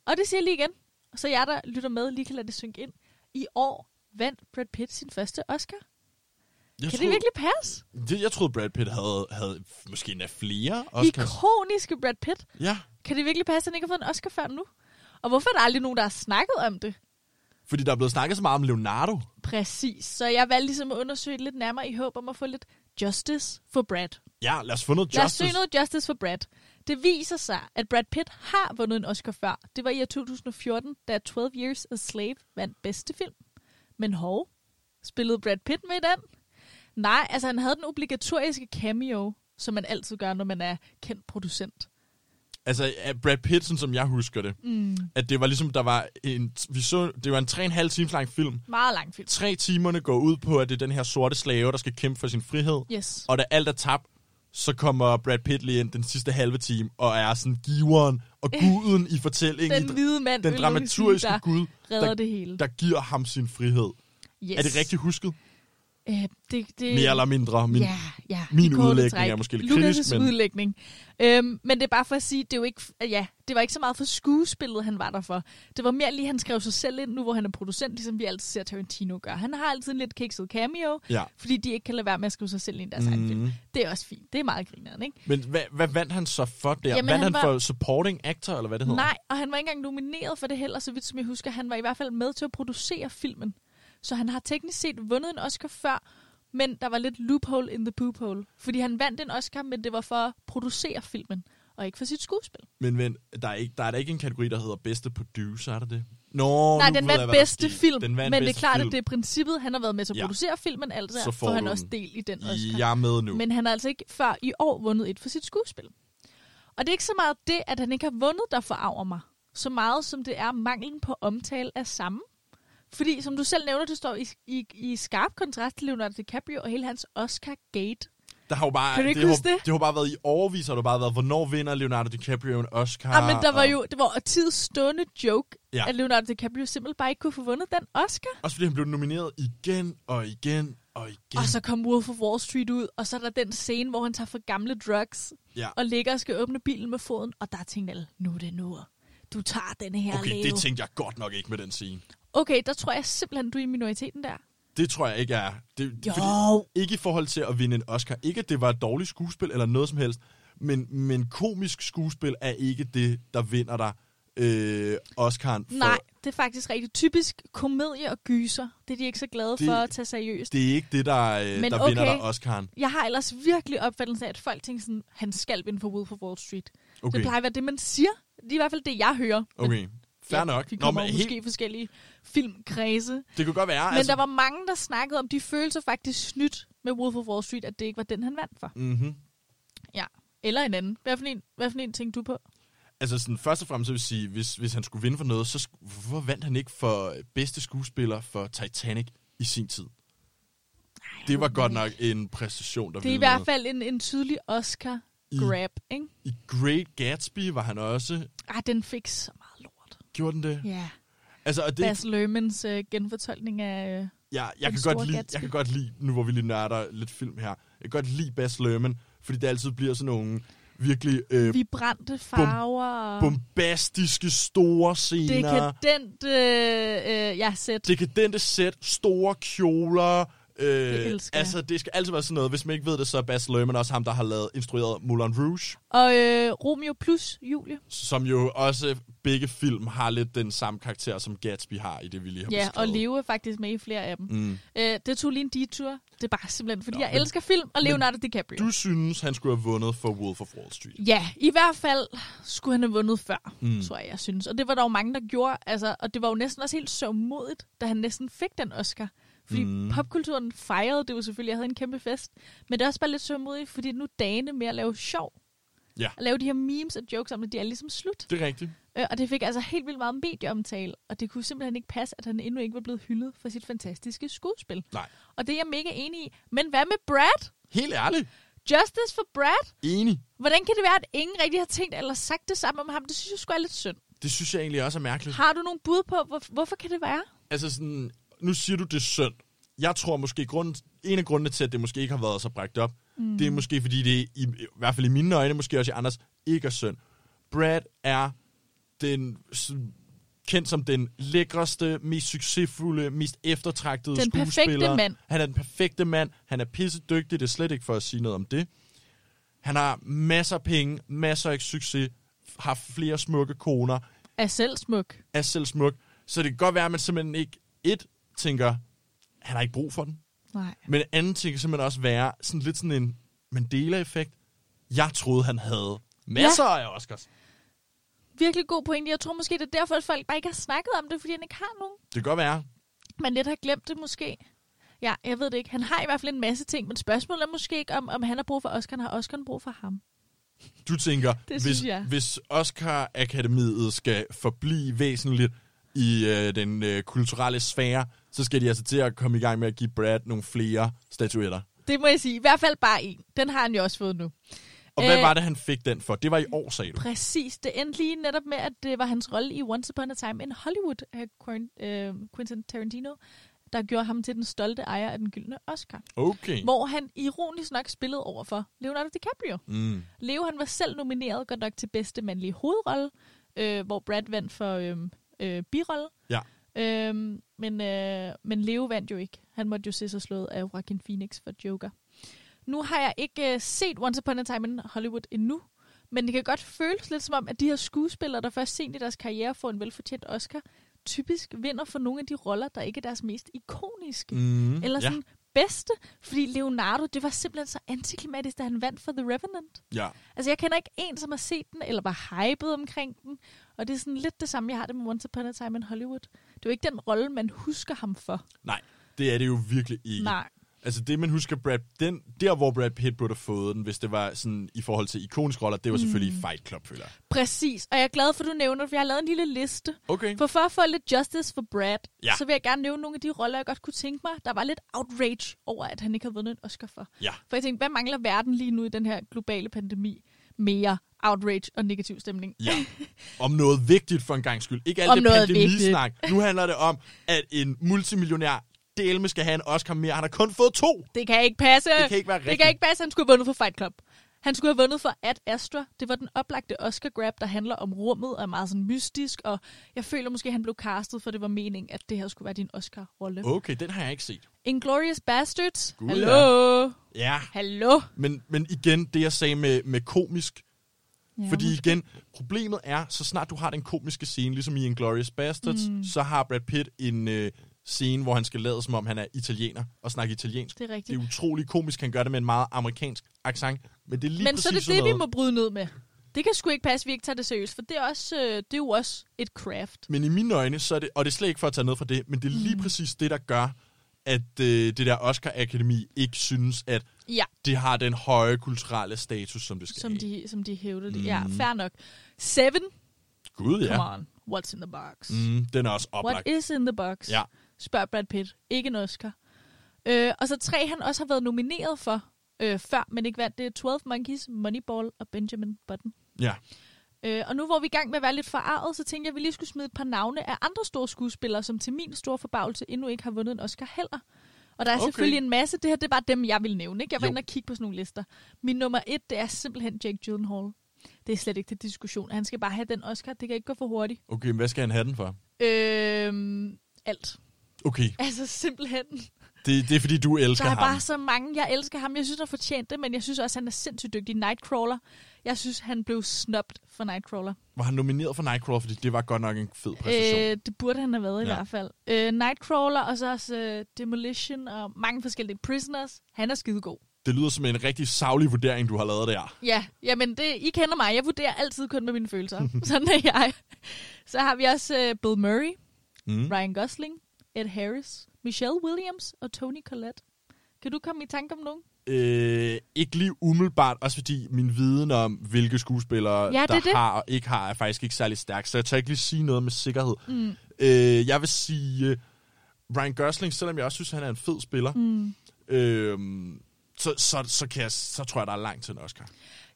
Speaker 1: Og det siger jeg lige igen, så jeg der lytter med, lige kan lade det synke ind. I år vandt Brad Pitt sin første Oscar.
Speaker 2: Jeg
Speaker 1: kan
Speaker 2: troede,
Speaker 1: det virkelig passe?
Speaker 2: Det, jeg troede, Brad Pitt havde, havde måske endda flere Oscars.
Speaker 1: Ikoniske Brad Pitt.
Speaker 2: Ja,
Speaker 1: Kan det virkelig passe, at han ikke har fået en Oscar før nu? Og hvorfor er der aldrig nogen, der har snakket om det?
Speaker 2: fordi der er blevet snakket så meget om Leonardo.
Speaker 1: Præcis. Så jeg valgte ligesom at undersøge det lidt nærmere i håb om at få lidt justice for Brad.
Speaker 2: Ja, lad os få noget
Speaker 1: Lad os
Speaker 2: Justice.
Speaker 1: søge noget Justice for Brad. Det viser sig, at Brad Pitt har vundet en Oscar før. Det var i år 2014, da 12 Years a Slave vandt bedste film. Men hov, spillede Brad Pitt med i den? Nej, altså han havde den obligatoriske cameo, som man altid gør, når man er kendt producent.
Speaker 2: Altså, at Brad Pitt, sådan som jeg husker det, mm. at det var ligesom, der var en, vi så, det var en 3,5 times lang film.
Speaker 1: Meget lang film.
Speaker 2: Tre timerne går ud på, at det er den her sorte slave, der skal kæmpe for sin frihed.
Speaker 1: Yes.
Speaker 2: Og da alt er tabt, så kommer Brad Pitt lige ind den sidste halve time, og er sådan giveren og guden i fortællingen.
Speaker 1: Den hvide mand,
Speaker 2: den
Speaker 1: vil nogen
Speaker 2: dramaturgiske
Speaker 1: sige, der
Speaker 2: gud,
Speaker 1: redder
Speaker 2: der,
Speaker 1: det hele.
Speaker 2: der giver ham sin frihed.
Speaker 1: Yes.
Speaker 2: Yes. Er det rigtigt husket?
Speaker 1: Øh, det, det,
Speaker 2: Mere eller mindre. Min,
Speaker 1: ja, ja,
Speaker 2: min
Speaker 1: i korte
Speaker 2: udlægning
Speaker 1: træk.
Speaker 2: er måske lidt
Speaker 1: Lukas'
Speaker 2: kritisk, men-
Speaker 1: udlægning. Øhm, men det er bare for at sige, det er jo ikke, ja, det var ikke så meget for skuespillet, han var der for. Det var mere lige, han skrev sig selv ind nu, hvor han er producent, ligesom vi altid ser Tarantino gøre. Han har altid en lidt kikset cameo,
Speaker 2: Ja.
Speaker 1: fordi de ikke kan lade være med at skrive sig selv ind i deres mm. egen film. Det er også fint. Det er meget grineren, ikke?
Speaker 2: Men hvad, hvad vandt han så for der?
Speaker 1: Jamen,
Speaker 2: Jamen, vandt han,
Speaker 1: han
Speaker 2: han
Speaker 1: var-
Speaker 2: for supporting actor, eller hvad det hedder?
Speaker 1: Nej, og han var ikke engang nomineret for det heller, så vidt som jeg husker. Han var i hvert fald med til at producere filmen. Så han har teknisk set vundet en Oscar før, men der var lidt loophole in the poophole. Fordi han vandt en Oscar, men det var for at producere filmen, og ikke for sit skuespil.
Speaker 2: Men vent, der er, ikke, der er da ikke en kategori, der hedder bedste producer, er der det? Nå,
Speaker 1: Nej, den
Speaker 2: nu ved
Speaker 1: vandt
Speaker 2: jeg, hvad der
Speaker 1: bedste
Speaker 2: skete.
Speaker 1: film,
Speaker 2: Den vandt
Speaker 1: men det er
Speaker 2: bedste
Speaker 1: klart,
Speaker 2: film.
Speaker 1: at det er princippet. Han har været med til at
Speaker 2: Ja.
Speaker 1: producere filmen, altså
Speaker 2: Så
Speaker 1: så
Speaker 2: får
Speaker 1: får han
Speaker 2: du
Speaker 1: også
Speaker 2: den.
Speaker 1: del i den Oscar.
Speaker 2: Jeg er med nu. Men,
Speaker 1: Men han har altså ikke før i år vundet et for sit skuespil. Og det er ikke så meget det, at han ikke har vundet, der forarver mig. Så meget som det er manglen på omtale af samme. Fordi, som du selv nævner, det står i, i, i skarp kontrast til Leonardo DiCaprio og hele hans Oscar-gate.
Speaker 2: der har jo bare,
Speaker 1: Kan du ikke
Speaker 2: det,
Speaker 1: huske
Speaker 2: har,
Speaker 1: det?
Speaker 2: det? har bare været i overvis, har det bare været, hvornår vinder Leonardo DiCaprio en Oscar?
Speaker 1: Ah, men der var
Speaker 2: og-
Speaker 1: jo det var tids stående joke,
Speaker 2: Ja.
Speaker 1: ja. at Leonardo DiCaprio simpelthen bare ikke kunne få vundet den Oscar.
Speaker 2: Også fordi han blev nomineret igen og igen og igen.
Speaker 1: Og så kom Wolf of Wall Street ud, og så er der den scene, hvor han tager for gamle drugs
Speaker 2: ja.
Speaker 1: og ligger og skal åbne bilen med foden, og der tænkte alle, nu er det nu. Du tager denne her
Speaker 2: Okay,
Speaker 1: leve.
Speaker 2: det tænkte jeg godt nok ikke med den scene.
Speaker 1: Okay, der tror jeg simpelthen, du er i minoriteten der.
Speaker 2: Det tror jeg ikke er... Det,
Speaker 1: Jo.
Speaker 2: fordi, ikke i forhold til at vinde en Oscar. Ikke, at det var et dårligt skuespil eller noget som helst. Men, men komisk skuespil er ikke det, der vinder dig øh, Oscaren. For,
Speaker 1: Nej, det er faktisk rigtig typisk komedie og gyser. Det er de ikke så glade
Speaker 2: Det-
Speaker 1: for at tage seriøst.
Speaker 2: Det er ikke det, der, øh,
Speaker 1: Men
Speaker 2: der vinder
Speaker 1: okay.
Speaker 2: dig Oscaren.
Speaker 1: Jeg har ellers virkelig opfattelsen af, at folk tænker sådan, han skal vinde for Wolf of Wall Street. Okay.
Speaker 2: Okay,
Speaker 1: Det plejer at være det, man siger. Det er i hvert fald det, jeg hører.
Speaker 2: okay. Fair
Speaker 1: Ja,
Speaker 2: nok.
Speaker 1: De
Speaker 2: Nå,
Speaker 1: kommer
Speaker 2: men Ah,
Speaker 1: Nå,
Speaker 2: helt,
Speaker 1: måske i forskellige filmkredse. Men
Speaker 2: det kunne godt være. altså-
Speaker 1: der var mange, der snakkede om, de følte sig faktisk snydt med Wolf of Wall Street, at det ikke var den, han vandt for.
Speaker 2: Mm-hmm.
Speaker 1: Eller en anden. Hvad for en, hvad for en tænkte du på?
Speaker 2: Altså sådan, først og fremmest så vil jeg sige, hvis, hvis han skulle vinde for noget, så sk- hvorfor vandt han ikke for bedste skuespiller for Titanic i sin tid? Det var godt nok en præstation, der
Speaker 1: Det er i
Speaker 2: ville
Speaker 1: hvert
Speaker 2: noget.
Speaker 1: fald en, en tydelig Oscar-grab, ikke?
Speaker 2: I Great Gatsby var han også.
Speaker 1: Ah, den fik så meget lort.
Speaker 2: Gjorde den det?
Speaker 1: Ja.
Speaker 2: Altså, og det,
Speaker 1: Bas Lermans øh, genfortolkning af... Øh,
Speaker 2: ja, jeg,
Speaker 1: Den
Speaker 2: kan godt
Speaker 1: store
Speaker 2: lide,
Speaker 1: Gatsby.
Speaker 2: jeg kan godt lide, nu hvor vi lige nørder lidt film her, jeg kan godt lide Bas Lerman, fordi det altid bliver sådan nogle virkelig øh,
Speaker 1: vibrante farver og
Speaker 2: bombastiske, store scener.
Speaker 1: dekadent øh, øh, ja, sæt.
Speaker 2: dekadente sæt, store kjoler. Øh, det
Speaker 1: elsker jeg.
Speaker 2: Altså, det skal altid være sådan noget. Hvis man ikke ved det, så er Baz Luhrmann også ham, der har lavet instrueret Moulin Rouge,
Speaker 1: Og øh, Romeo plus Julie.
Speaker 2: som jo også begge film har lidt den samme karakter, som Gatsby har i det, vi lige har
Speaker 1: Ja, og
Speaker 2: beskrevet.
Speaker 1: Leo er faktisk med i flere af dem.
Speaker 2: Mm.
Speaker 1: Øh, det tog lige en detur. Det er bare simpelthen, fordi
Speaker 2: Nå,
Speaker 1: Nå, jeg
Speaker 2: men-
Speaker 1: elsker film og
Speaker 2: men
Speaker 1: Leonardo DiCaprio.
Speaker 2: Du synes, han skulle have vundet for Wolf of Wall Street.
Speaker 1: Ja, i hvert fald skulle han have vundet før,
Speaker 2: Mm.
Speaker 1: mm. tror jeg, jeg synes. Og det var der jo mange, der gjorde. Altså, og det var jo næsten også helt så modigt, da han næsten fik den Oscar. Fordi
Speaker 2: Mm.
Speaker 1: mm. popkulturen fejrede det jo selvfølgelig. Jeg havde en kæmpe fest. Men det er også bare lidt så modigt, fordi nu dagene med at lave sjov.
Speaker 2: Ja.
Speaker 1: At lave de her memes og jokes om det, de er ligesom slut.
Speaker 2: Det er rigtigt.
Speaker 1: Øh, Og det fik altså helt vildt meget medieomtale, og det kunne simpelthen ikke passe, at han endnu ikke var blevet hyldet for sit fantastiske skuespil.
Speaker 2: Nej.
Speaker 1: Og det er jeg mega enig i. Men hvad med Brad?
Speaker 2: Helt ærligt.
Speaker 1: Justice for Brad?
Speaker 2: Enig.
Speaker 1: Hvordan kan det være, at ingen rigtig har tænkt eller sagt det samme om ham? Det synes jeg sgu er lidt synd.
Speaker 2: Det synes jeg egentlig også er mærkeligt.
Speaker 1: Har du nogle bud på, hvor, hvorfor kan det være?
Speaker 2: Altså sådan, nu siger du, det er synd. Jeg tror måske, grunden, en af grundene til, at det måske ikke har været så bragt op, mm. det er måske, fordi det i, i hvert fald i mine øjne, måske også i andres, ikke er synd. Brad er den, s- kendt som den lækreste, mest succesfulde, mest eftertragtede
Speaker 1: Den perfekte
Speaker 2: skuespiller.
Speaker 1: mand.
Speaker 2: Han er den perfekte mand. Han er pissedygtig, det er slet ikke for at sige noget om det. Han har masser af penge, masser af succes, har flere smukke koner,
Speaker 1: Er selv smuk.
Speaker 2: er selv smuk. Så det kan godt være, at man simpelthen ikke, et, tænker, han har ikke brug for den.
Speaker 1: Nej.
Speaker 2: Men anden ting kan simpelthen også være sådan lidt sådan en Mandela-effekt. Jeg troede, han havde masser ja. af Oscars.
Speaker 1: Virkelig god pointe. Jeg tror måske, det er derfor, at folk bare ikke har snakket om det, fordi han ikke har nogen.
Speaker 2: Det kan godt være.
Speaker 1: Man lidt har glemt det måske. Ja, jeg ved det ikke. Han har i hvert fald en masse ting, men spørgsmålet er måske ikke, om, om han har brug for Oscar, har Oscar brug for ham.
Speaker 2: Du tænker,
Speaker 1: Det synes
Speaker 2: hvis,
Speaker 1: jeg.
Speaker 2: hvis Oscar-akademiet skal forblive væsentligt i øh, den øh, kulturelle sfære, så skal de altså til at komme i gang med at give Brad nogle flere statuetter.
Speaker 1: Det må jeg sige. I hvert fald bare en. Den har han jo også fået nu.
Speaker 2: Og hvad
Speaker 1: Øh.
Speaker 2: var det, han fik den for? Det var i år, sagde du.
Speaker 1: Præcis. Det endte lige netop med, at det var hans rolle i Once Upon a Time in Hollywood af Quar- øh, Quentin Tarantino, der gjorde ham til den stolte ejer af den gyldne Oscar.
Speaker 2: Okay.
Speaker 1: Hvor han ironisk nok spillede over for Leonardo DiCaprio.
Speaker 2: Mm.
Speaker 1: Leo han var selv nomineret godt nok til bedste mandlige hovedrolle, øh, hvor Brad vandt for øh, øh, birolle.
Speaker 2: Ja.
Speaker 1: Øhm, men, øh, men Leo vandt jo ikke. Han måtte jo se sig slået af Joaquin Phoenix for Joker. Nu har jeg ikke øh, set Once Upon a Time in Hollywood endnu, men det kan godt føles lidt som om, at de her skuespillere, der først sent i deres karriere får en velfortjent Oscar, typisk vinder for nogle af de roller, der ikke er deres mest ikoniske.
Speaker 2: Mm.
Speaker 1: Eller sådan bedste, fordi Leonardo, det var simpelthen så antiklimatisk, da han vandt for The Revenant.
Speaker 2: Ja.
Speaker 1: Altså, jeg kender ikke en, som har set den, eller var hyped omkring den, og det er sådan lidt det samme, jeg har det med Once Upon a Time in Hollywood. Det er jo ikke den rolle, man husker ham for.
Speaker 2: Nej, det er det jo virkelig ikke.
Speaker 1: Nej.
Speaker 2: Altså det, man husker, Brad, den, der hvor Brad Pitt burde have fået den, hvis det var sådan i forhold til ikoniske roller, det var selvfølgelig mm. Fight Club, føler jeg.
Speaker 1: Præcis, og jeg er glad for, at du nævner det, for jeg har lavet en lille liste.
Speaker 2: Okay.
Speaker 1: For for at få lidt justice for Brad,
Speaker 2: Ja.
Speaker 1: ja. så vil jeg gerne nævne nogle af de roller, jeg godt kunne tænke mig, der var lidt outrage over, at han ikke har vundet en Oscar for.
Speaker 2: Ja.
Speaker 1: For jeg tænkte, hvad mangler verden lige nu i den her globale pandemi? Mere outrage og negativ stemning.
Speaker 2: Ja, om noget vigtigt for en gang skyld. Ikke alt
Speaker 1: Om
Speaker 2: det
Speaker 1: noget
Speaker 2: pandemisnak. Nu handler det om, at en multimillionær delme skal have en Oscar mere. Han har kun fået to.
Speaker 1: Det kan ikke passe.
Speaker 2: Det kan ikke være
Speaker 1: Det
Speaker 2: rigtigt.
Speaker 1: kan ikke passe, han skulle have vundet for Fight Club. Han skulle have vundet for Ad Astra. Det var den oplagte Oscar-grab, der handler om rummet og er meget sådan mystisk. Og jeg føler måske, at han blev castet, for det var meningen, at det her skulle være din Oscar-rolle. Oh.
Speaker 2: Okay, den har jeg ikke set.
Speaker 1: Inglourious Bastards.
Speaker 2: Gud,
Speaker 1: Hallo.
Speaker 2: Ja,
Speaker 1: Hallo.
Speaker 2: men, men igen, det jeg sagde med, med komisk, Ja, Fordi igen, problemet er, så snart du har den komiske scene, ligesom i Inglourious Bastards, mm. så har Brad Pitt en øh, scene, hvor han skal lade som om, han er italiener og snakker italiensk.
Speaker 1: Det er rigtigt.
Speaker 2: Det er utrolig komisk, han gør det med en meget amerikansk accent, men det er lige
Speaker 1: Men
Speaker 2: præcis
Speaker 1: så er det
Speaker 2: sådan
Speaker 1: det, vi
Speaker 2: noget.
Speaker 1: må bryde ned med. Det kan sgu ikke passe, at vi ikke tager det seriøst, for det er, også, øh, det er jo også et craft.
Speaker 2: Men i mine øjne, så er det, og det er slet ikke for at tage noget fra det, men det er lige mm. præcis det, der gør, at øh, det der Oscar Akademi ikke synes, at
Speaker 1: Ja,
Speaker 2: det har den høje kulturelle status, som det skal
Speaker 1: som
Speaker 2: have.
Speaker 1: de, som de hævder det. Mm. Ja, fair nok. Seven,
Speaker 2: Gud,
Speaker 1: come
Speaker 2: Mhm. ja.
Speaker 1: on. What's in the box?
Speaker 2: Mm, den er også
Speaker 1: What
Speaker 2: oplagt.
Speaker 1: is in the box?
Speaker 2: Ja.
Speaker 1: Spørger Brad Pitt. Ikke en Oscar. Øh, og så tre, han også har været nomineret for øh, før, men ikke vandt. Det er 12 Monkeys, Moneyball og Benjamin Button.
Speaker 2: Ja.
Speaker 1: Øh, og nu hvor vi er i gang med at være lidt forarvet, så tænkte jeg, at vi lige skulle smide et par navne af andre store skuespillere, som til min store forbavelse endnu ikke har vundet en Oscar heller. Og der er
Speaker 2: Okay.
Speaker 1: okay. selvfølgelig en masse. Det her det er bare dem, jeg vil nævne. Ikke? Jeg var
Speaker 2: Jo.
Speaker 1: inde og kigge på sådan nogle lister. Min nummer et, det er simpelthen Jake Gyllenhaal. Det er slet ikke til diskussion. Han skal bare have den Oscar. Det kan ikke gå for hurtigt.
Speaker 2: Okay, men hvad skal han have den for?
Speaker 1: Øhm, alt.
Speaker 2: Okay,
Speaker 1: Altså simpelthen.
Speaker 2: det, det er fordi, du
Speaker 1: Der
Speaker 2: elsker
Speaker 1: er
Speaker 2: ham.
Speaker 1: bare så mange. Jeg elsker ham. Jeg synes, han fortjente det, men jeg synes også, han er sindssygt dygtig. Nightcrawler. Jeg synes, han blev snobt for Nightcrawler.
Speaker 2: Var han nomineret for Nightcrawler, fordi det var godt nok en fed præstation. Øh,
Speaker 1: Øh, det burde han have været i
Speaker 2: Ja.
Speaker 1: hvert fald. Øh, Nightcrawler, og så også øh, Demolition, og mange forskellige Prisoners. Han er skidegod.
Speaker 2: det lyder som en rigtig savlig vurdering, du har lavet der.
Speaker 1: Ja, jamen det, I kender mig. Jeg vurderer altid kun med mine følelser. Sådan er jeg. Så har vi også øh, Bill Murray,
Speaker 2: Mm.
Speaker 1: Ryan Gosling, Ed Harris, Michelle Williams og Tony Collette. Kan du komme i tanke om nogen?
Speaker 2: Øh, ikke lige umiddelbart, også fordi min viden om, hvilke skuespillere,
Speaker 1: Ja, det
Speaker 2: der
Speaker 1: er det.
Speaker 2: har og ikke har, er faktisk ikke særlig stærk, så jeg tør ikke lige sige noget med sikkerhed. Mm. Øh, jeg vil sige, øh, Ryan Gosling, selvom jeg også synes, han er en fed spiller, mm. øh, så, så, så, kan jeg, så tror jeg, der er langt til en Oscar.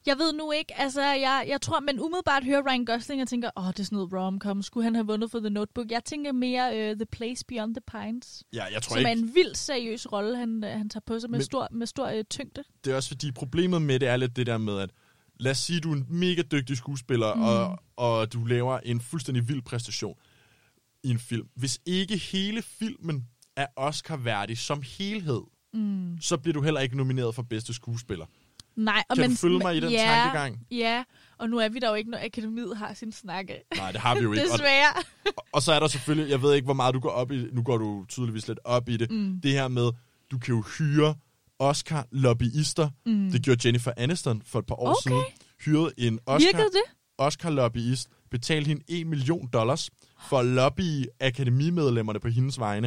Speaker 1: Jeg ved nu ikke, altså jeg, jeg tror, man umiddelbart hører Ryan Gosling og tænker, åh, oh, det er sådan noget rom-com, skulle han have vundet for The Notebook? Jeg tænker mere uh, The Place Beyond the Pines,
Speaker 2: Ja, jeg tror
Speaker 1: som
Speaker 2: ikke,
Speaker 1: er en vild seriøs rolle, han, øh, han tager på sig med
Speaker 2: Men-
Speaker 1: Men... stor, med stor øh, tyngde.
Speaker 2: det er også fordi, problemet med det er lidt det der med, at lad os sige, du er en mega dygtig skuespiller, mm. og, og du laver en fuldstændig vild præstation i en film. Hvis ikke hele filmen er Oscar-værdig som helhed, mm. så bliver du heller ikke nomineret for bedste skuespiller.
Speaker 1: Nej, og
Speaker 2: Kan du
Speaker 1: men,
Speaker 2: følge mig i den
Speaker 1: ja,
Speaker 2: tankegang?
Speaker 1: Ja, og nu er vi der jo ikke, når akademiet har sin snakke.
Speaker 2: Nej, det har vi jo ikke. Og,
Speaker 1: Desværre.
Speaker 2: og så er der selvfølgelig, jeg ved ikke, hvor meget du går op i nu går du tydeligvis lidt op i det, mm. det her med, du kan jo hyre Oscar-lobbyister. Mm. Det gjorde Jennifer Aniston for et par år
Speaker 1: Okay.
Speaker 2: siden. Hyrede en Oscar...
Speaker 1: Virkede det?
Speaker 2: Oscar-lobbyist betalte hende 1 million dollars for at lobbye akademimedlemmerne på hendes vegne.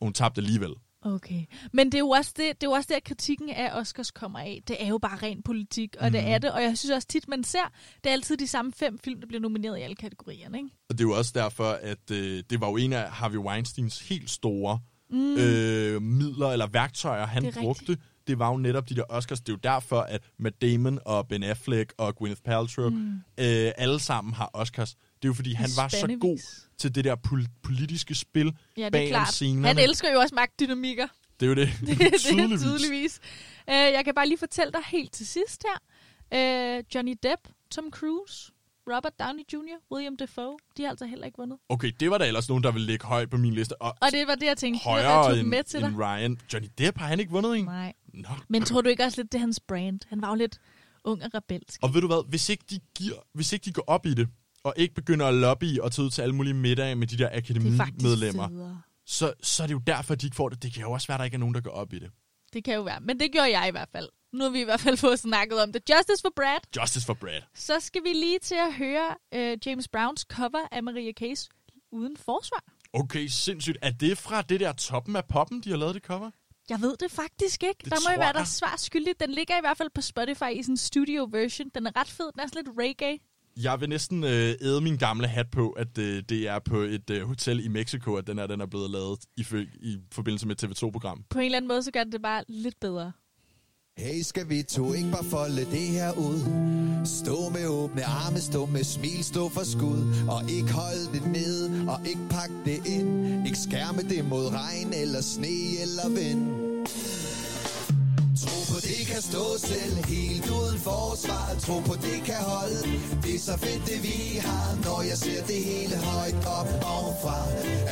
Speaker 2: Og hun tabte alligevel.
Speaker 1: Okay. Men det er jo også, det, det er jo også der, kritikken af Oscars kommer af. Det er jo bare ren politik, og mm.
Speaker 2: Mhm.
Speaker 1: det er det. Og jeg synes også tit, man ser, det er altid de samme fem film, der bliver nomineret i alle kategorierne. Ikke?
Speaker 2: Og det er jo også derfor, at øh, det var jo en af Harvey Weinsteins helt store mm. øh, midler eller værktøjer, han
Speaker 1: Det er
Speaker 2: brugte. Det var jo netop de der Oscars. Det er jo derfor, at Matt Damon og Ben Affleck og Gwyneth Paltrow mm. øh, alle sammen har Oscars. Det er jo fordi, han var så
Speaker 1: Spandevis.
Speaker 2: god til det der pol- politiske spil
Speaker 1: Ja, det
Speaker 2: bag
Speaker 1: er klart.
Speaker 2: scenerne.
Speaker 1: Han elsker jo også magtdynamikker.
Speaker 2: Det er jo det.
Speaker 1: det er tydeligvis. Uh, jeg kan bare lige fortælle dig helt til sidst her. Uh, Johnny Depp, Tom Cruise, Robert Downey Jr., William Dafoe, de har altså heller ikke vundet.
Speaker 2: Okay, det var der ellers nogen, der ville ligge højt på min liste. Og
Speaker 1: Og det var det, jeg tænkte. Det var det, jeg
Speaker 2: højere
Speaker 1: tog
Speaker 2: end,
Speaker 1: med til dig.
Speaker 2: end Ryan. Johnny Depp, har han ikke vundet en?
Speaker 1: Nej.
Speaker 2: Nå.
Speaker 1: Men tror du ikke også lidt, det er hans brand? Han var jo lidt ung og rebelsk.
Speaker 2: Og ved du hvad, hvis ikke, de giver, hvis ikke de går op i det, og ikke begynder at lobby og tage ud til alle mulige middage med de der
Speaker 1: Det er faktisk
Speaker 2: akademimedlemmer,
Speaker 1: federe.
Speaker 2: så, så er det jo derfor, de ikke får det. Det kan jo også være, at der ikke er nogen, der går op i det.
Speaker 1: Det kan jo være. Men det gjorde jeg i hvert fald. Nu har vi i hvert fald fået snakket om det. Justice for Brad.
Speaker 2: Justice for Brad.
Speaker 1: Så skal vi lige til at høre øh, James Browns cover af Maria Case uden forsvar.
Speaker 2: Okay, sindssygt. Er det fra det der toppen af poppen, de har lavet det cover?
Speaker 1: Jeg ved det faktisk ikke.
Speaker 2: Det
Speaker 1: der må
Speaker 2: tror
Speaker 1: jo være
Speaker 2: jeg.
Speaker 1: der svar skyldig. Den ligger i hvert fald på Spotify i sådan en studio version. Den er ret fed. Den er sådan lidt reggae.
Speaker 2: Jeg vil næsten øh, æde min gamle hat på, at øh, det er på et øh, hotel i Mexico, at den er, den er blevet lavet i, fø- i forbindelse med et TV2-program.
Speaker 1: På en eller anden måde, så gør den det bare lidt bedre.
Speaker 4: Hey, skal vi to ikke bare folde det her ud? Stå med åbne arme, stå med smil, stå for skud. Og ikke holde det ned, og ikke pakke det ind. Ikke skærme det mod regn, eller sne, eller vind. Tro på det kan stå selv, helt uden forsvar. Tro på det kan holde, det er så fedt det vi har. Når jeg ser det hele højt op ovenfra,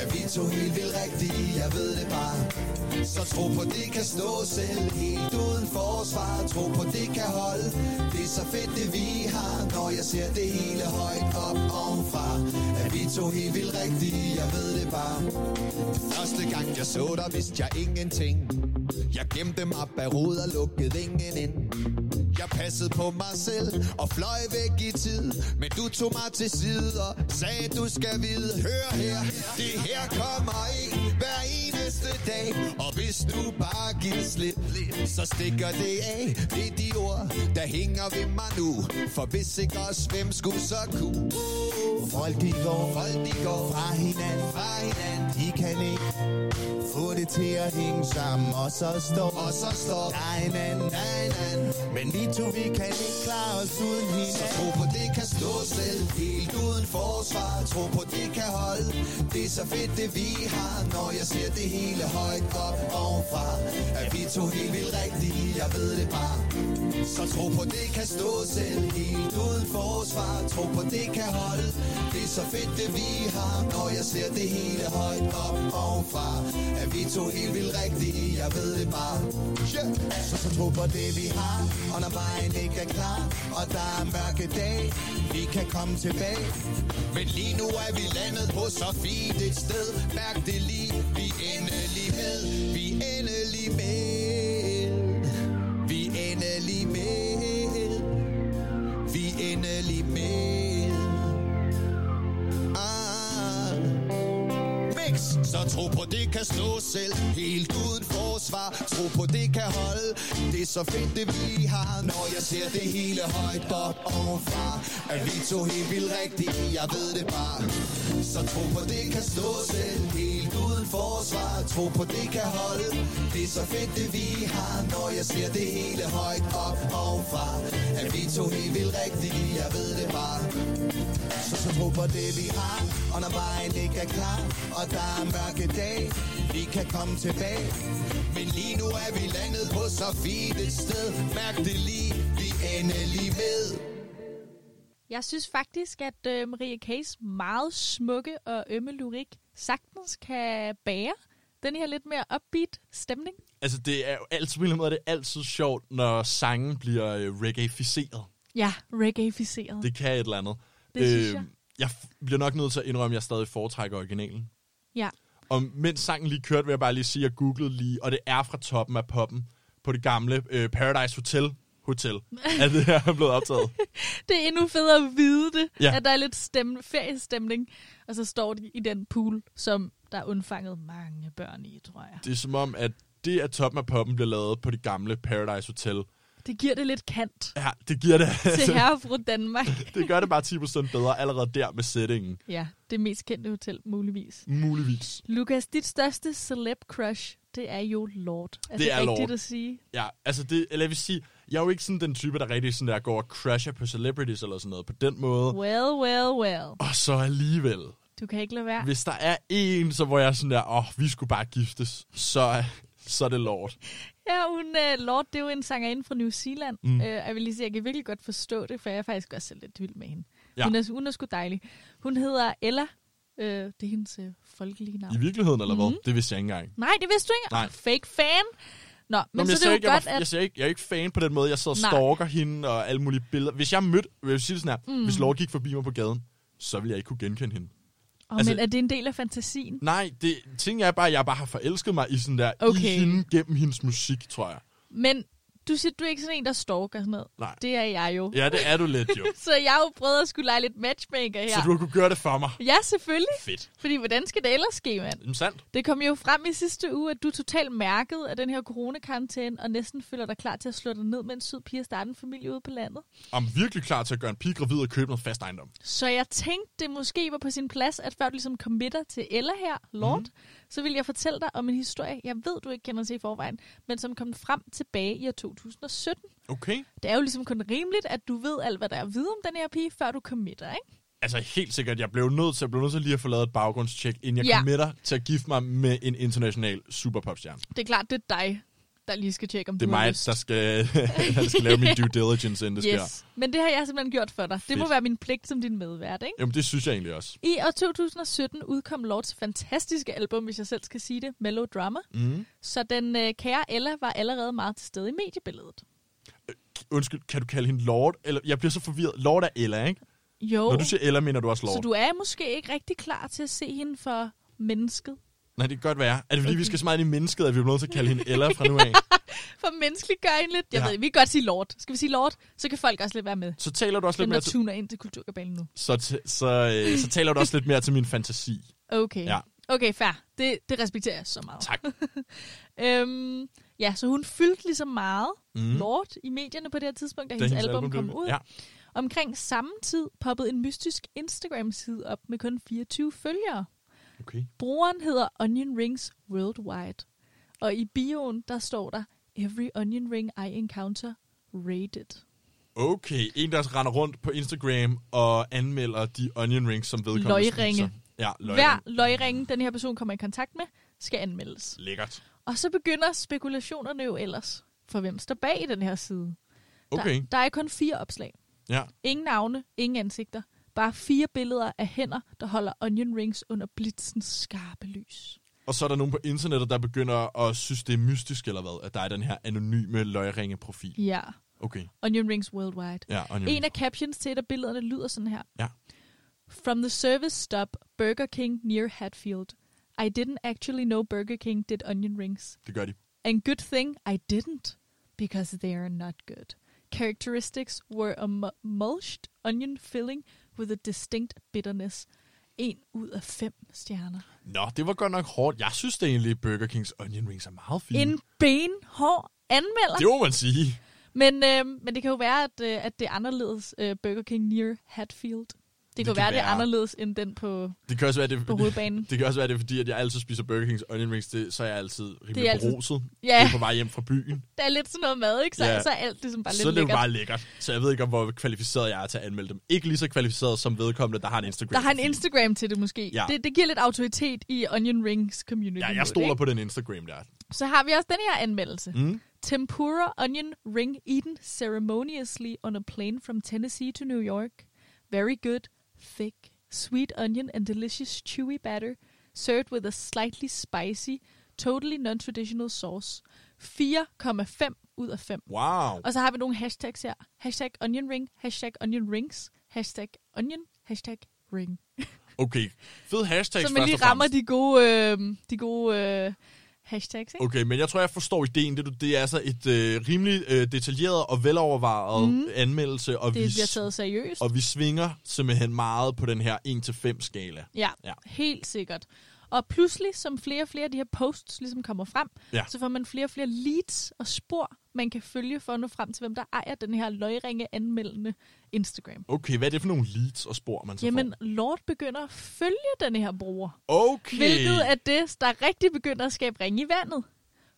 Speaker 4: er vi to helt vildt rigtige, jeg ved det bare. Så tro på det kan stå selv, helt uden forsvar. Tro på det kan holde, det er så fedt det vi har. Når jeg ser det hele højt op ovenfra, er vi to helt vildt rigtige, jeg ved det bare. Første gang jeg så dig, vidste jeg ingenting. Jeg gemte mig bag ruder, lukkede ingen ind Jeg passede på mig selv og fløj væk i tid Men du tog mig til side og sagde du skal vide Hør her, det her kommer ikke hver eneste dag Og hvis du bare giver slip, så stikker det af Det er de ord, der hænger ved mig nu For hvis ikke os, hvem skulle så kunne? Folk de går, folk de går fra hinanden, fra hinanden De kan ikke få det til at hænge sammen Og så står, og så står der er en anden, der er en anden Men vi to, vi kan ikke klare os uden hinanden Så tro på det kan stå selv, helt uden forsvar Tro på det kan holde, det er så fedt det vi har Når jeg ser det hele højt op ovenfra Er vi to helt vildt rigtige, jeg ved det bare så tro på det kan stå selv helt uden forsvar Tro på det kan holde Det er så fedt det vi har Når jeg ser det hele højt op ovenfra Er vi to helt vildt rigtige Jeg ved det bare yeah. Så så tro på det vi har Og når vejen ikke er klar Og der er mørke dag Vi kan komme tilbage Men lige nu er vi landet på så fint et sted Mærk det lige Vi er endelig med Vi er endelig med vi er endelig med. Vi er endelig med. Ah. Mix. Så tro på det kan stå selv Helt uden forsvar Tro på det kan holde Det er så fedt det vi har Når jeg ser det hele højt op ovenfra Er vi to helt vildt rigtige Jeg ved det bare Så tro på det kan stå selv Helt uden forsvar Tro på det kan holde Det er så fedt det vi har Når jeg ser det hele højt op ovenfra Er vi to helt vildt rigtige Jeg ved det bare så så tro på det vi har Og når vejen ikke er klar Og der er mørke dag Vi kan komme tilbage Men lige nu er vi landet på så fint et sted Mærk det lige Vi er endelig med
Speaker 1: Jeg synes faktisk, at øh, Maria Case meget smukke og ømme lyrik sagtens kan bære den her lidt mere upbeat stemning.
Speaker 2: Altså, det er jo altid, på en eller anden måde, er det er altid sjovt, når sangen bliver øh, reggaeficeret.
Speaker 1: Ja, reggaeficeret.
Speaker 2: Det kan et eller andet. Øhm,
Speaker 1: Det synes jeg.
Speaker 2: jeg f- bliver nok nødt til at indrømme, at jeg stadig foretrækker originalen.
Speaker 1: Ja.
Speaker 2: Og mens sangen lige kørte, vil jeg bare lige sige, at jeg googlede lige, og det er fra toppen af poppen på det gamle øh, Paradise Hotel Hotel, at det her er blevet optaget.
Speaker 1: Det er endnu federe at vide det,
Speaker 2: Ja.
Speaker 1: ja. at der er lidt stemme, feriestemning, og så står de i den pool, som der er undfanget mange børn i, tror jeg.
Speaker 2: Det er som om, at det, at toppen af poppen bliver lavet på det gamle Paradise Hotel,
Speaker 1: Det giver det lidt kant
Speaker 2: ja, det giver det,
Speaker 1: til herre fra Danmark.
Speaker 2: Altså. det gør det bare 10% bedre allerede der med sætningen.
Speaker 1: Ja, det mest kendte hotel muligvis.
Speaker 2: Muligvis.
Speaker 1: Lukas, dit største celeb crush, det er jo Lord. Er
Speaker 2: Det
Speaker 1: det
Speaker 2: er
Speaker 1: rigtigt
Speaker 2: Lorde.
Speaker 1: at sige?
Speaker 2: Ja, altså det, eller jeg vil sige, jeg er jo ikke sådan den type, der rigtig sådan der går og crasher på celebrities eller sådan noget på den måde.
Speaker 1: Well, well, well.
Speaker 2: Og så alligevel,
Speaker 1: Du kan ikke lade være.
Speaker 2: hvis der er en, så hvor jeg er sådan der, åh, oh, vi skulle bare giftes, så, så er det lort.
Speaker 1: Ja, hun, uh, Lord, det er jo en sangerinde fra New Zealand. Mm. Uh, jeg vil lige sige, jeg kan virkelig godt forstå det, for jeg er faktisk også selv lidt vild med hende.
Speaker 2: Ja.
Speaker 1: Ja. Hun, er, hun er sgu dejlig. Hun hedder Ella. Uh, det er hendes uh, folkelige navn.
Speaker 2: I virkeligheden, eller
Speaker 1: Mhm.
Speaker 2: hvad? Det vidste jeg ikke engang.
Speaker 1: Nej, det vidste du ikke.
Speaker 2: Nej.
Speaker 1: Oh, fake fan. Nå, men,
Speaker 2: Nå,
Speaker 1: Nå,
Speaker 2: men
Speaker 1: så
Speaker 2: jeg,
Speaker 1: det er
Speaker 2: ser
Speaker 1: jo
Speaker 2: ikke,
Speaker 1: godt,
Speaker 2: jeg, var, jeg,
Speaker 1: at...
Speaker 2: ser ikke, jeg er ikke fan på den måde. Jeg sidder og
Speaker 1: Nej.
Speaker 2: stalker hende og alle mulige billeder. Hvis jeg mødte, vil jeg sige det sådan her, mm. hvis Lord gik forbi mig på gaden, så ville jeg ikke kunne genkende hende.
Speaker 1: Og
Speaker 2: Altså-
Speaker 1: men er det en del af fantasien?
Speaker 2: Nej, det ting er bare, at jeg bare har forelsket mig i sådan der, okay.
Speaker 1: Okay.
Speaker 2: i hende gennem hendes musik, tror jeg.
Speaker 1: Men du siger, du er ikke sådan en, der stalker sådan noget.
Speaker 2: Nej.
Speaker 1: Det er jeg jo.
Speaker 2: Ja, det er du lidt jo.
Speaker 1: Så jeg har jo prøvet at skulle lege lidt matchmaker her.
Speaker 2: Så du har kunne gøre det for mig.
Speaker 1: Ja, selvfølgelig.
Speaker 2: Fedt.
Speaker 1: Fordi hvordan skal det ellers ske, mand?
Speaker 2: Jamen, sandt.
Speaker 1: Det kom jo frem i sidste uge, at du er totalt mærket af den her coronakarantæne, og næsten føler dig klar til at slå dig ned med en sød pige og starte en familie ude på landet.
Speaker 2: Jeg er virkelig klar til at gøre en pige gravid og købe noget fast ejendom.
Speaker 1: Så jeg tænkte, det måske var på sin plads, at før du ligesom committer til Ella her, Lord,
Speaker 2: Mhm.
Speaker 1: mm. så vil jeg fortælle dig om en historie, jeg ved, du ikke kender til i forvejen, men som kom frem tilbage i år 2017.
Speaker 2: Okay.
Speaker 1: Det er jo ligesom kun rimeligt, at du ved alt, hvad der er at vide om den her pige, før du committer, ikke?
Speaker 2: Altså helt sikkert, jeg blev nødt til, jeg blev nødt til lige at få lavet et baggrundstjek, inden jeg ja.
Speaker 1: Ja.
Speaker 2: committer til at gifte mig med en international superpopstjerne.
Speaker 1: Det er klart, det er dig, der lige skal tjekke, om
Speaker 2: Det er
Speaker 1: du har
Speaker 2: mig,
Speaker 1: lyst.
Speaker 2: der skal, der skal lave min due diligence, inden det yes. sker.
Speaker 1: yes. Men det har jeg simpelthen gjort for dig. Fedt. Det må
Speaker 2: Fedt.
Speaker 1: være min pligt som din medvært, ikke?
Speaker 2: Jamen, det synes jeg egentlig også.
Speaker 1: I år 2017 udkom Lords fantastiske album, hvis jeg selv skal sige det, Melodrama.
Speaker 2: Mm.
Speaker 1: Så den øh, kære Ella var allerede meget til stede i mediebilledet.
Speaker 2: Undskyld, kan du kalde hende Lord? Eller, jeg bliver så forvirret. Lord er Ella, ikke?
Speaker 1: Jo,
Speaker 2: Oh. Når du siger Ella, mener du også Lord?
Speaker 1: så du er måske ikke rigtig klar til at se hende for mennesket.
Speaker 2: Nej, det kan godt være. Er det fordi, okay. vi skal så meget ind i mennesket, at vi bliver nødt til at kalde hende Ella fra nu af?
Speaker 1: For menneskeligt gør hende lidt. Jeg
Speaker 2: Ja.
Speaker 1: ja. ved, vi kan godt sige Lord. Skal vi sige Lord, så kan folk også lidt være med.
Speaker 2: Så taler du også lidt
Speaker 1: Den,
Speaker 2: mere
Speaker 1: der
Speaker 2: til,
Speaker 1: tuner ind til Kulturkabalen nu.
Speaker 2: så, t- så, øh, så taler du også lidt mere til min fantasi. Mm.
Speaker 1: Okay.
Speaker 2: Ja.
Speaker 1: Okay, fair. Det, det respekterer jeg så meget.
Speaker 2: Tak.
Speaker 1: Øhm, ja, så hun fyldte ligesom meget
Speaker 2: Mm.
Speaker 1: mm. Lord i medierne på det her tidspunkt, da, da
Speaker 2: Da
Speaker 1: hendes, album, kom
Speaker 2: blev-
Speaker 1: ud.
Speaker 2: Ja.
Speaker 1: Omkring samme tid poppede en mystisk Instagram-side op med kun 24 følgere.
Speaker 2: Okay.
Speaker 1: Brugeren hedder Onion Rings Worldwide. Og i bioen, der står der, Every onion ring I encounter, rated.
Speaker 2: Okay, en der render rundt på Instagram og anmelder de onion rings, som vedkommende
Speaker 1: Løgringe.
Speaker 2: spiser. Ja, løgringe.
Speaker 1: Hver løgringen, den her person kommer i kontakt med, skal anmeldes.
Speaker 2: Lækkert.
Speaker 1: Og så begynder spekulationerne jo ellers. For hvem står bag i den her side?
Speaker 2: Okay,
Speaker 1: Der, der er kun fire opslag.
Speaker 2: ja.
Speaker 1: Ingen navne, ingen ansigter. Bare fire billeder af hænder, der holder onion rings under blitzens skarpe lys.
Speaker 2: Og så er der nogen på internettet, der begynder at synes, det er mystisk eller hvad, at der er den her anonyme løgringe-profil.
Speaker 1: Ja,
Speaker 2: Okay,
Speaker 1: onion rings worldwide.
Speaker 2: ja,
Speaker 1: En
Speaker 2: onion rings.
Speaker 1: af captions til et af billederne lyder sådan her.
Speaker 2: Ja.
Speaker 1: From the service stop, Burger King near Hatfield. I didn't actually know Burger King did onion rings.
Speaker 2: Det gør de.
Speaker 1: And good thing I didn't, because they are not good. Characteristics were a mu- mulched onion filling with a distinct bitterness. En ud af fem stjerner.
Speaker 2: Nå, det var godt nok hårdt. Jeg synes det egentlig, Burger Kings onion rings er meget fine.
Speaker 1: En benhård anmelder.
Speaker 2: Det må man sige.
Speaker 1: Men, øh, men det kan jo være, at, øh, at det er anderledes øh, Burger King near Hatfield. Det, det kan jo
Speaker 2: kan
Speaker 1: være, at det er
Speaker 2: være.
Speaker 1: anderledes end den på
Speaker 2: Det kan også være, det er
Speaker 1: på
Speaker 2: fordi,
Speaker 1: hovedbanen.
Speaker 2: det kan også være, det er fordi, at jeg altid spiser Burger Kings onion rings, det, så er jeg altid rimelig
Speaker 1: Det er altid-
Speaker 2: beruset.
Speaker 1: Ja.
Speaker 2: Det er på vej hjem fra byen.
Speaker 1: Der er lidt sådan noget mad, ikke? Så,
Speaker 2: Ja.
Speaker 1: ja. så er alt ligesom bare
Speaker 2: så
Speaker 1: lidt
Speaker 2: er det jo
Speaker 1: lækkert.
Speaker 2: bare lækkert. Så jeg ved ikke, om hvor kvalificeret jeg er til at anmelde dem. Ikke lige så kvalificeret som vedkommende, der har en Instagram.
Speaker 1: Der har en Instagram til det måske.
Speaker 2: Ja.
Speaker 1: Det, det giver lidt autoritet i Onion Rings community.
Speaker 2: Ja, jeg stoler på den Instagram der.
Speaker 1: Så har vi også den her anmeldelse.
Speaker 2: Mm.
Speaker 1: Tempura onion ring eaten ceremoniously on a plane from Tennessee to New York. Very good, thick, sweet onion and delicious chewy batter, served with a slightly spicy, totally non-traditional sauce. 4,5 ud af 5.
Speaker 2: Wow.
Speaker 1: Og så har vi nogle hashtags her. Hashtag onion ring, hashtag onion rings, hashtag onion, hashtag ring.
Speaker 2: Okay. Fed hashtag.
Speaker 1: Så man lige rammer de gode, øh, de gode øh, hashtags, ikke?
Speaker 2: Okay, men jeg tror, jeg forstår ideen. Det, du- det er altså et øh, rimelig øh, detaljeret og velovervejet mm. anmeldelse, og vi,
Speaker 1: Mhm. Det bliver
Speaker 2: s-
Speaker 1: taget seriøst.
Speaker 2: og vi svinger simpelthen meget på den her 1-5-skala.
Speaker 1: Ja,
Speaker 2: Ja.
Speaker 1: ja, helt sikkert. Og pludselig, som flere og flere af de her posts ligesom kommer frem,
Speaker 2: Ja.
Speaker 1: så får man flere og flere leads og spor, man kan følge for at nå frem til, hvem der ejer den her løgringe anmeldende Instagram.
Speaker 2: Okay, hvad er det for nogle leads og spor, man så
Speaker 1: Jamen,
Speaker 2: får?
Speaker 1: Lord begynder at følge den her bruger.
Speaker 2: Okay.
Speaker 1: Hvilket er det, der rigtig begynder at skabe ring i vandet.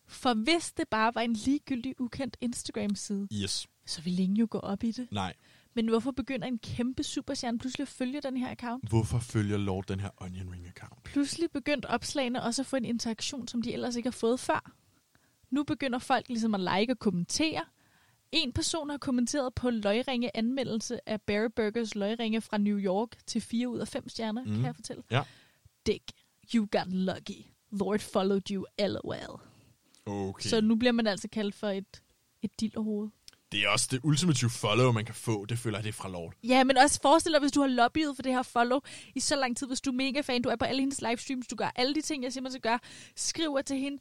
Speaker 1: For hvis det bare var en ligegyldig ukendt Instagram-side,
Speaker 2: Yes.
Speaker 1: så ville ingen jo gå op i det.
Speaker 2: Nej.
Speaker 1: Men hvorfor begynder en kæmpe superstjerne pludselig at følge den her account?
Speaker 2: Hvorfor følger Lord den her Onion Ring account?
Speaker 1: pludselig begyndt opslagene også at få en interaktion, som de ellers ikke har fået før. Nu begynder folk ligesom at like og kommentere. En person har kommenteret på løgringe anmeldelse af Barry Burgers løgringe fra New York til 4 ud af 5 stjerner, mm. kan jeg fortælle.
Speaker 2: Mhm. Ja.
Speaker 1: Dick, you got lucky. Lord followed you, lol.
Speaker 2: Okay.
Speaker 1: Så nu bliver man altså kaldt for et, et dillerhoved.
Speaker 2: Det er også det ultimative follow, man kan få. Det føler jeg, det er fra Lord.
Speaker 1: Ja, men også forestil dig, hvis du har lobbyet for det her follow i så lang tid, hvis du er mega fan, du er på alle hendes livestreams, du gør alle de ting, jeg siger, man skal gøre, skriver til hende,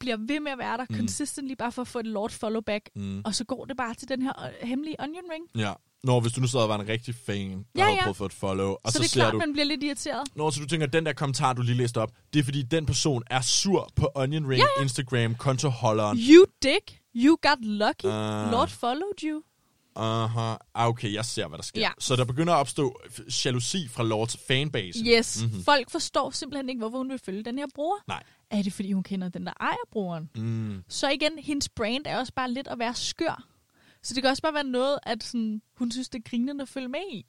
Speaker 1: bliver ved med at være der, mm. consistently bare for at få et lord follow back, mm. og så går det bare til den her øh, hemmelige onion ring.
Speaker 2: Ja. Nå, hvis du nu sad og var en rigtig fan, der
Speaker 1: Ja,
Speaker 2: ja, havde
Speaker 1: ja.
Speaker 2: ja. prøvet at få et follow, og
Speaker 1: Og så,
Speaker 2: så,
Speaker 1: så det er
Speaker 2: ser
Speaker 1: klart,
Speaker 2: du...
Speaker 1: du... man bliver lidt irriteret.
Speaker 2: Nå, så du tænker, at den der kommentar, du lige læste op, det er fordi, den person er sur på Onion Ring, ja, ja. Instagram, kontoholderen.
Speaker 1: You dick, you got lucky,
Speaker 2: Ah.
Speaker 1: lord followed you.
Speaker 2: Aha, uh okay, jeg ser, hvad der sker.
Speaker 1: Ja.
Speaker 2: Ja. Så der begynder at opstå f- jalousi fra Lords fanbase.
Speaker 1: Yes,
Speaker 2: Mhm.
Speaker 1: mm-hmm. folk forstår simpelthen ikke, hvorfor hun vil følge den her bruger.
Speaker 2: Nej.
Speaker 1: Er det, fordi hun kender den, der ejer brugeren? Mm. Så igen, hendes brand er også bare lidt at være skør. Så det kan også bare være noget, at sådan, hun synes, det er grinerende at følge med i.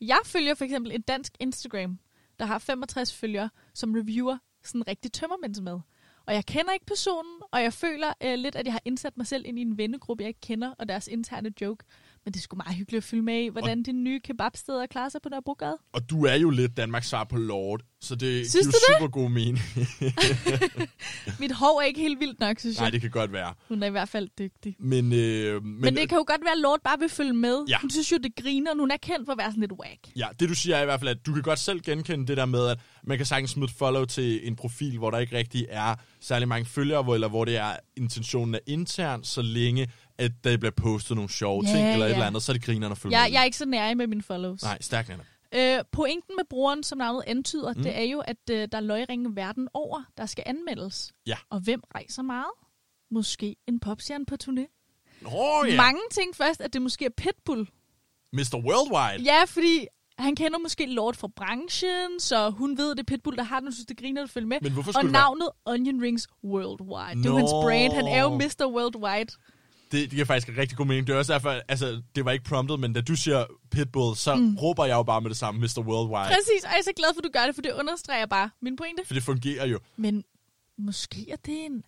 Speaker 1: Jeg følger for eksempel en dansk Instagram, der har 65 følgere, som reviewer sådan rigtig tømmermænds med. Og jeg kender ikke personen, og jeg føler øh, lidt, at jeg har indsat mig selv ind i en vennegruppe, jeg ikke kender, og deres interne joke. Men det er sgu meget hyggeligt at følge med i, hvordan de nye kebabsteder klarer sig på Nørrebrogade.
Speaker 2: Og du er jo lidt Danmarks svar på Lord, så det
Speaker 1: Synes
Speaker 2: giver
Speaker 1: du det?
Speaker 2: super god mening.
Speaker 1: Mit hår er ikke helt vildt nok, synes
Speaker 2: Nej,
Speaker 1: jeg.
Speaker 2: det kan godt være.
Speaker 1: Hun er i hvert fald dygtig.
Speaker 2: Men, øh, men,
Speaker 1: Men, men det kan jo godt være, at Lord bare vil følge med.
Speaker 2: Ja.
Speaker 1: Hun synes jo, det griner, hun er kendt for at være sådan lidt whack.
Speaker 2: Ja, det du siger er i hvert fald, at du kan godt selv genkende det der med, at man kan sagtens smide et follow til en profil, hvor der ikke rigtig er særlig mange følgere, hvor, eller hvor det er, intentionen er intern, så længe at der bliver postet nogle sjove
Speaker 1: Ja,
Speaker 2: ting eller
Speaker 1: ja.
Speaker 2: et eller andet, så er det grinerne at følge
Speaker 1: Jeg,
Speaker 2: med i.
Speaker 1: jeg er ikke så nær med mine follows.
Speaker 2: Nej, stærk, Nana.
Speaker 1: Øh, pointen med brugeren, som navnet antyder, mm. det er jo, at øh, der er løgringe verden over, der skal anmeldes.
Speaker 2: Ja.
Speaker 1: Og hvem rejser meget? Måske en popstjerne på turné.
Speaker 2: Åh ja,
Speaker 1: Mange ting først, at det måske er Pitbull.
Speaker 2: Mr. Worldwide.
Speaker 1: Ja, fordi han kender måske Lord fra branchen, så hun ved, det er Pitbull, der har den, hun synes, det griner at følge med.
Speaker 2: Men hvorfor
Speaker 1: og
Speaker 2: skulle det være-
Speaker 1: navnet Onion Rings Worldwide. Det er jo hans
Speaker 2: Nå.
Speaker 1: brand. Han er jo Mr. Worldwide.
Speaker 2: Det, det giver faktisk rigtig god mening. Det er også derfor, altså, det var ikke promptet, men da du siger Pitbull, så mm. råber jeg jo bare med det samme, Mr. Worldwide.
Speaker 1: Præcis, og jeg er så glad for, at du gør det, for det understreger bare min pointe.
Speaker 2: For det fungerer jo.
Speaker 1: Men måske er det en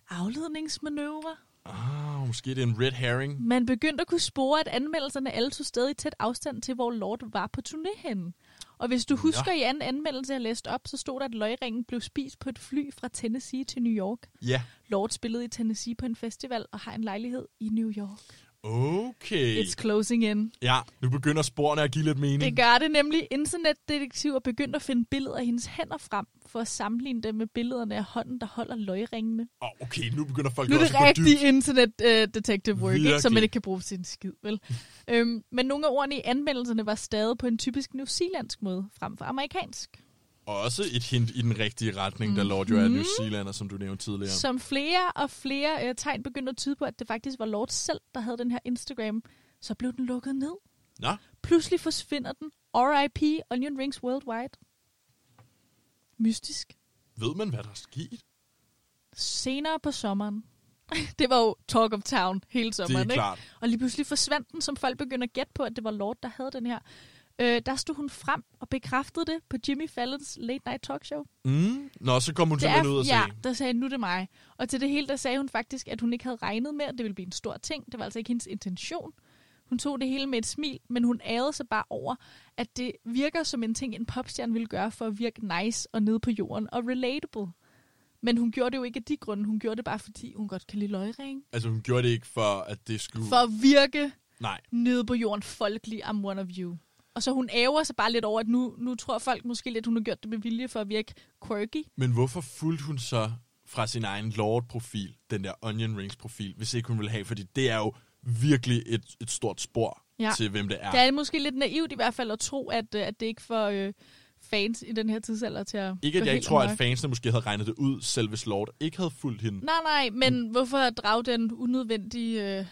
Speaker 1: afledningsmanøvre.
Speaker 2: Ah, måske det er en red herring.
Speaker 1: Man begyndte at kunne spore, at anmeldelserne alle tog stadig i tæt afstand til, hvor Lord var på turné henne. Og hvis du husker ja. i anden anmeldelse, jeg læste op, så stod der, at løgringen blev spist på et fly fra Tennessee til New York.
Speaker 2: Ja.
Speaker 1: Lord spillede i Tennessee på en festival og har en lejlighed i New York.
Speaker 2: Okay.
Speaker 1: It's closing in.
Speaker 2: Ja, nu begynder sporene at give lidt mening.
Speaker 1: Det gør det nemlig. Internetdetektiver begyndte at finde billeder af hendes hænder frem, for at sammenligne dem med billederne af hånden, der holder løgringene.
Speaker 2: Åh, oh, okay, nu begynder folk
Speaker 1: Nu er
Speaker 2: også
Speaker 1: det
Speaker 2: at gå dybt.
Speaker 1: rigtig internet uh, detective work, ikke? som man
Speaker 2: Virkelig.
Speaker 1: ikke kan bruge til en skid, vel? øhm, men nogle af ordene i anmeldelserne var stadig på en typisk newzealandsk måde, frem for amerikansk.
Speaker 2: Og også et hint i den rigtige retning, mm-hmm. da Lord jo er New
Speaker 1: Mhm.
Speaker 2: Zealander, som du nævnte tidligere.
Speaker 1: Ja. Som flere og flere øh, tegn begyndte at tyde på, at det faktisk var Lord selv, der havde den her Instagram, så blev den lukket ned.
Speaker 2: Nå,
Speaker 1: Pludselig forsvinder den. RIP, Onion Rings Worldwide. Mystisk.
Speaker 2: ved man, hvad der er sket?
Speaker 1: senere på sommeren. Det var jo talk of town hele sommeren, ikke?
Speaker 2: klart.
Speaker 1: Og lige pludselig forsvandt den, som folk begynder at gætte på, at det var Lord, der havde den her. Øh, der stod hun frem og bekræftede det på Jimmy Fallons Late Night Talk Show.
Speaker 2: Mm. Nå, så kom hun
Speaker 1: Det
Speaker 2: simpelthen ud og
Speaker 1: ja,
Speaker 2: sagde,
Speaker 1: der sagde, nu er det mig. Og til det hele, der sagde hun faktisk, at hun ikke havde regnet med, at det ville blive en stor ting. Det var altså ikke hendes intention. Hun tog det hele med et smil, men hun ærede sig bare over, at det virker som en ting, en popstjerne ville gøre for at virke nice og nede på jorden og relatable. Men hun gjorde det jo ikke af de grunde. Hun gjorde det bare, fordi hun godt kan lide løgring.
Speaker 2: altså hun gjorde det ikke for, at det skulle...
Speaker 1: For at virke
Speaker 2: Nej,
Speaker 1: nede på jorden, folkelig, I'm one of you. Og så hun æver sig bare lidt over, at nu, nu tror folk måske lidt, hun har gjort det med vilje for at virke quirky.
Speaker 2: men hvorfor fulgte hun så fra sin egen Lord-profil, den der Onion Rings-profil, hvis ikke hun ville have? Fordi det er jo virkelig et, et stort spor
Speaker 1: Ja.
Speaker 2: ja. til, hvem det er.
Speaker 1: Det er måske lidt naivt i hvert fald at tro, at, øh, at det ikke får øh, fans i den her tidsalder til at
Speaker 2: Ikke,
Speaker 1: gå
Speaker 2: at jeg
Speaker 1: helt
Speaker 2: ikke tror,
Speaker 1: amok.
Speaker 2: at fansene måske havde regnet det ud, selv hvis Lord ikke havde fulgt hende.
Speaker 1: Nej, nej, men hvorfor drage den unødvendige øh,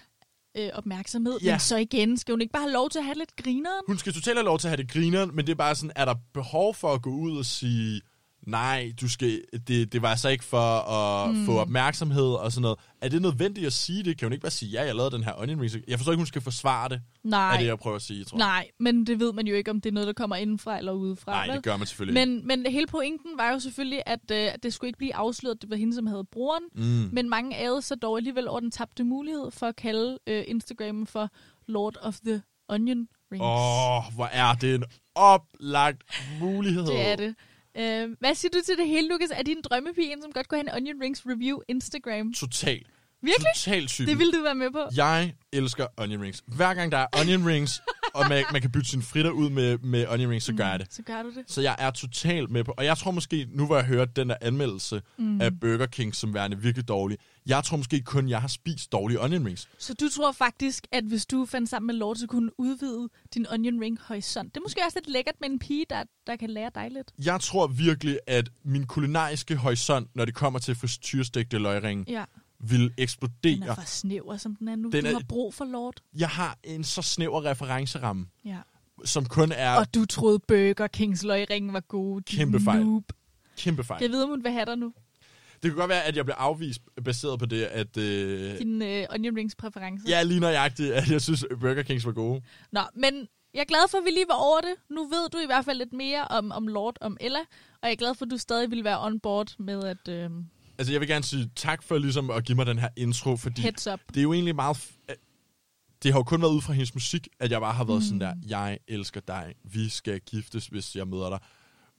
Speaker 1: øh, opmærksomhed? Ja.
Speaker 2: Ja.
Speaker 1: Men så igen, skal hun ikke bare have lov til at have lidt grineren?
Speaker 2: Hun skal totalt have lov til at have det grineren, men det er bare sådan, er der behov for at gå ud og sige, nej, du skal, det, det var altså ikke for at mm. få opmærksomhed og sådan noget. Er det nødvendigt at sige det? Kan hun ikke bare sige, ja, jeg lavede den her onion rings? Jeg forstår ikke, hun skal forsvare det,
Speaker 1: Nej,
Speaker 2: er det, jeg prøver at sige, tror jeg.
Speaker 1: nej, men det ved man jo ikke, om det er noget, der kommer indenfra eller udefra.
Speaker 2: nej
Speaker 1: vel?
Speaker 2: det gør man selvfølgelig ikke.
Speaker 1: Men, men hele pointen var jo selvfølgelig, at øh, at det skulle ikke blive afsløret, at det var hende, som havde brugeren. Mm. Men mange ærede så dog alligevel over den tabte mulighed for at kalde øh, Instagram for Lord of the Onion Rings.
Speaker 2: Åh, oh, hvor er det en oplagt mulighed.
Speaker 1: Det er det. Øh, hvad siger du til det hele, Lukas? Er din drømmepige en, som godt kunne have en Onion Rings Review Instagram?
Speaker 2: Totalt.
Speaker 1: Virkelig?
Speaker 2: Totalt typen.
Speaker 1: Det ville du være med på.
Speaker 2: Jeg elsker onion rings. Hver gang der er onion rings, og man, man kan bytte sine fritter ud med, med onion rings, så gør jeg det.
Speaker 1: Så gør du det.
Speaker 2: Så jeg er totalt med på. Og jeg tror måske, nu hvor jeg hørte den der anmeldelse mm. af Burger King som værende virkelig dårlig, jeg tror måske kun, jeg har spist dårlige onion rings.
Speaker 1: Så du tror faktisk, at hvis du fandt sammen med Lorde, så kunne hun udvide din onion ring horisont. Det er måske også lidt lækkert med en pige, der, der kan lære dig lidt.
Speaker 2: Jeg tror virkelig, at min kulinariske horisont, når det kommer til frityrestegte løgringe,
Speaker 1: Ja.
Speaker 2: vil
Speaker 1: Den er
Speaker 2: eksplodere.
Speaker 1: for snæver, som den er nu. Den
Speaker 2: Den
Speaker 1: er...
Speaker 2: er-
Speaker 1: Du har brug for Lord.
Speaker 2: Jeg har en så snæver referenceramme,
Speaker 1: Ja.
Speaker 2: som kun er
Speaker 1: Og du troede Burger Kings løgringen var gode. din
Speaker 2: Kæmpe fejl.
Speaker 1: Noob.
Speaker 2: kæmpe fejl.
Speaker 1: Jeg ved, om hun vil have dig nu.
Speaker 2: Det kan godt være, at jeg bliver afvist baseret på det, at... Øh,
Speaker 1: Din øh, onion rings præference.
Speaker 2: ja, lige nøjagtigt, at jeg synes, Burger Kings var gode.
Speaker 1: Nå, men jeg er glad for, at vi lige var over det. Nu ved du i hvert fald lidt mere om, om Lord, om Ella. Og jeg er glad for, at du stadig vil være on board med at øh,
Speaker 2: Altså, jeg vil gerne sige tak for ligesom at give mig den her intro, fordi
Speaker 1: heads up.
Speaker 2: det er jo egentlig meget... F- det har jo kun været ud fra hendes musik, at jeg bare har været mm. sådan der, jeg elsker dig, vi skal giftes, hvis jeg møder dig.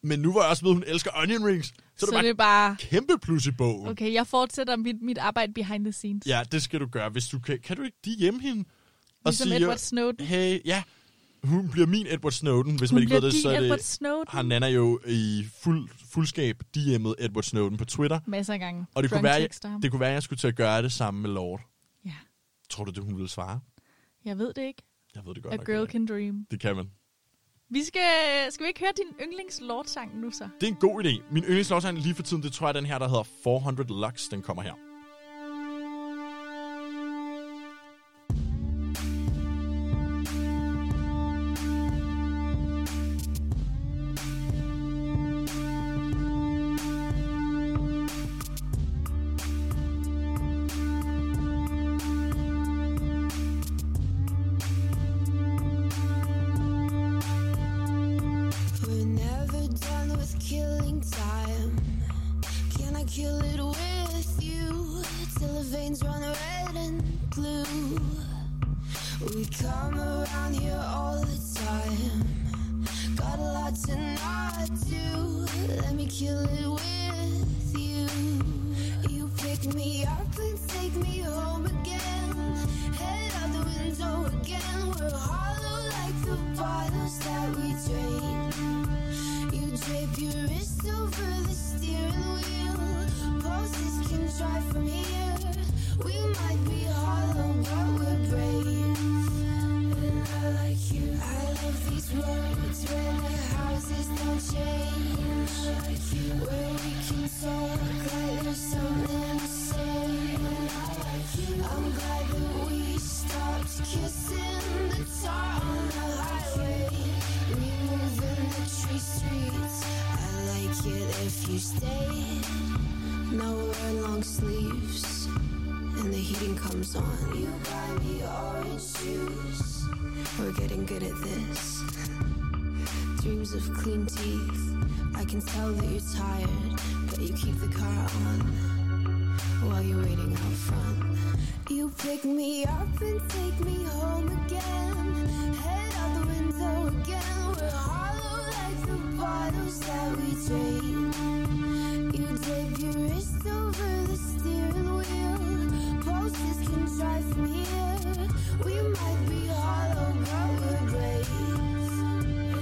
Speaker 2: Men nu var jeg også ved, at hun elsker onion rings,
Speaker 1: Så
Speaker 2: så, det er bare
Speaker 1: det er bare...
Speaker 2: kæmpe plus i bogen. Okay.
Speaker 1: Okay, jeg fortsætter mit, mit arbejde behind the scenes.
Speaker 2: Ja, det skal du gøre. Hvis du kan, kan du ikke de hjemme hende? Og
Speaker 1: ligesom
Speaker 2: sige,
Speaker 1: Edward Snowden.
Speaker 2: hey, ja, hun bliver min Edward Snowden. Hvis
Speaker 1: Hun
Speaker 2: man ikke ved
Speaker 1: bliver
Speaker 2: det, så
Speaker 1: din
Speaker 2: er det,
Speaker 1: Edward Snowden.
Speaker 2: har Nana jo i fuld, fuldskab DM'et Edward Snowden på Twitter.
Speaker 1: Masser af gange.
Speaker 2: Og det
Speaker 1: Drunk
Speaker 2: kunne, være, jeg,
Speaker 1: texter ham.
Speaker 2: det kunne være, at jeg skulle til at gøre det samme med Lord.
Speaker 1: Ja.
Speaker 2: Tror du, det hun ville svare?
Speaker 1: Jeg ved det ikke.
Speaker 2: Jeg ved det godt
Speaker 1: A
Speaker 2: nok
Speaker 1: girl
Speaker 2: ikke.
Speaker 1: can dream.
Speaker 2: Det kan man.
Speaker 1: Vi skal, skal vi ikke høre din yndlings Lord-sang nu så?
Speaker 2: Det er en god idé. Min yndlingslovsang lige for tiden, det tror jeg er den her, der hedder 400 Lux. Den kommer her.
Speaker 5: We're never done with killing time. Can I kill it with you? Till the veins run red and blue. We come around here all the time. Got a lot to not do. Let me kill it with you. You pick me up and take me home again. Head out the window again. We're hollow like the bottles that we drain. You drape your wrist over the steering wheel. Pulses can drive from here. We might be hollow, but we're brave. And I like you. I love these roads where the houses don't change. Like you, where we can talk like there's something to say. And I like you. I'm glad that we stopped kissing the tar on the highway. We move in the tree streets. I like it if you stay. Now we're in long sleeves and the heating comes on. You buy me orange juice. We're getting good at this. Dreams of clean teeth. I can tell that you're tired, but you keep the car on while you're waiting out front. You pick me up and take me home again. Head out the window again. We're hollow like the bottles that we drain. You take your wrist over the steering wheel. Pulses can drive from here. We might be hollow, but we're brave.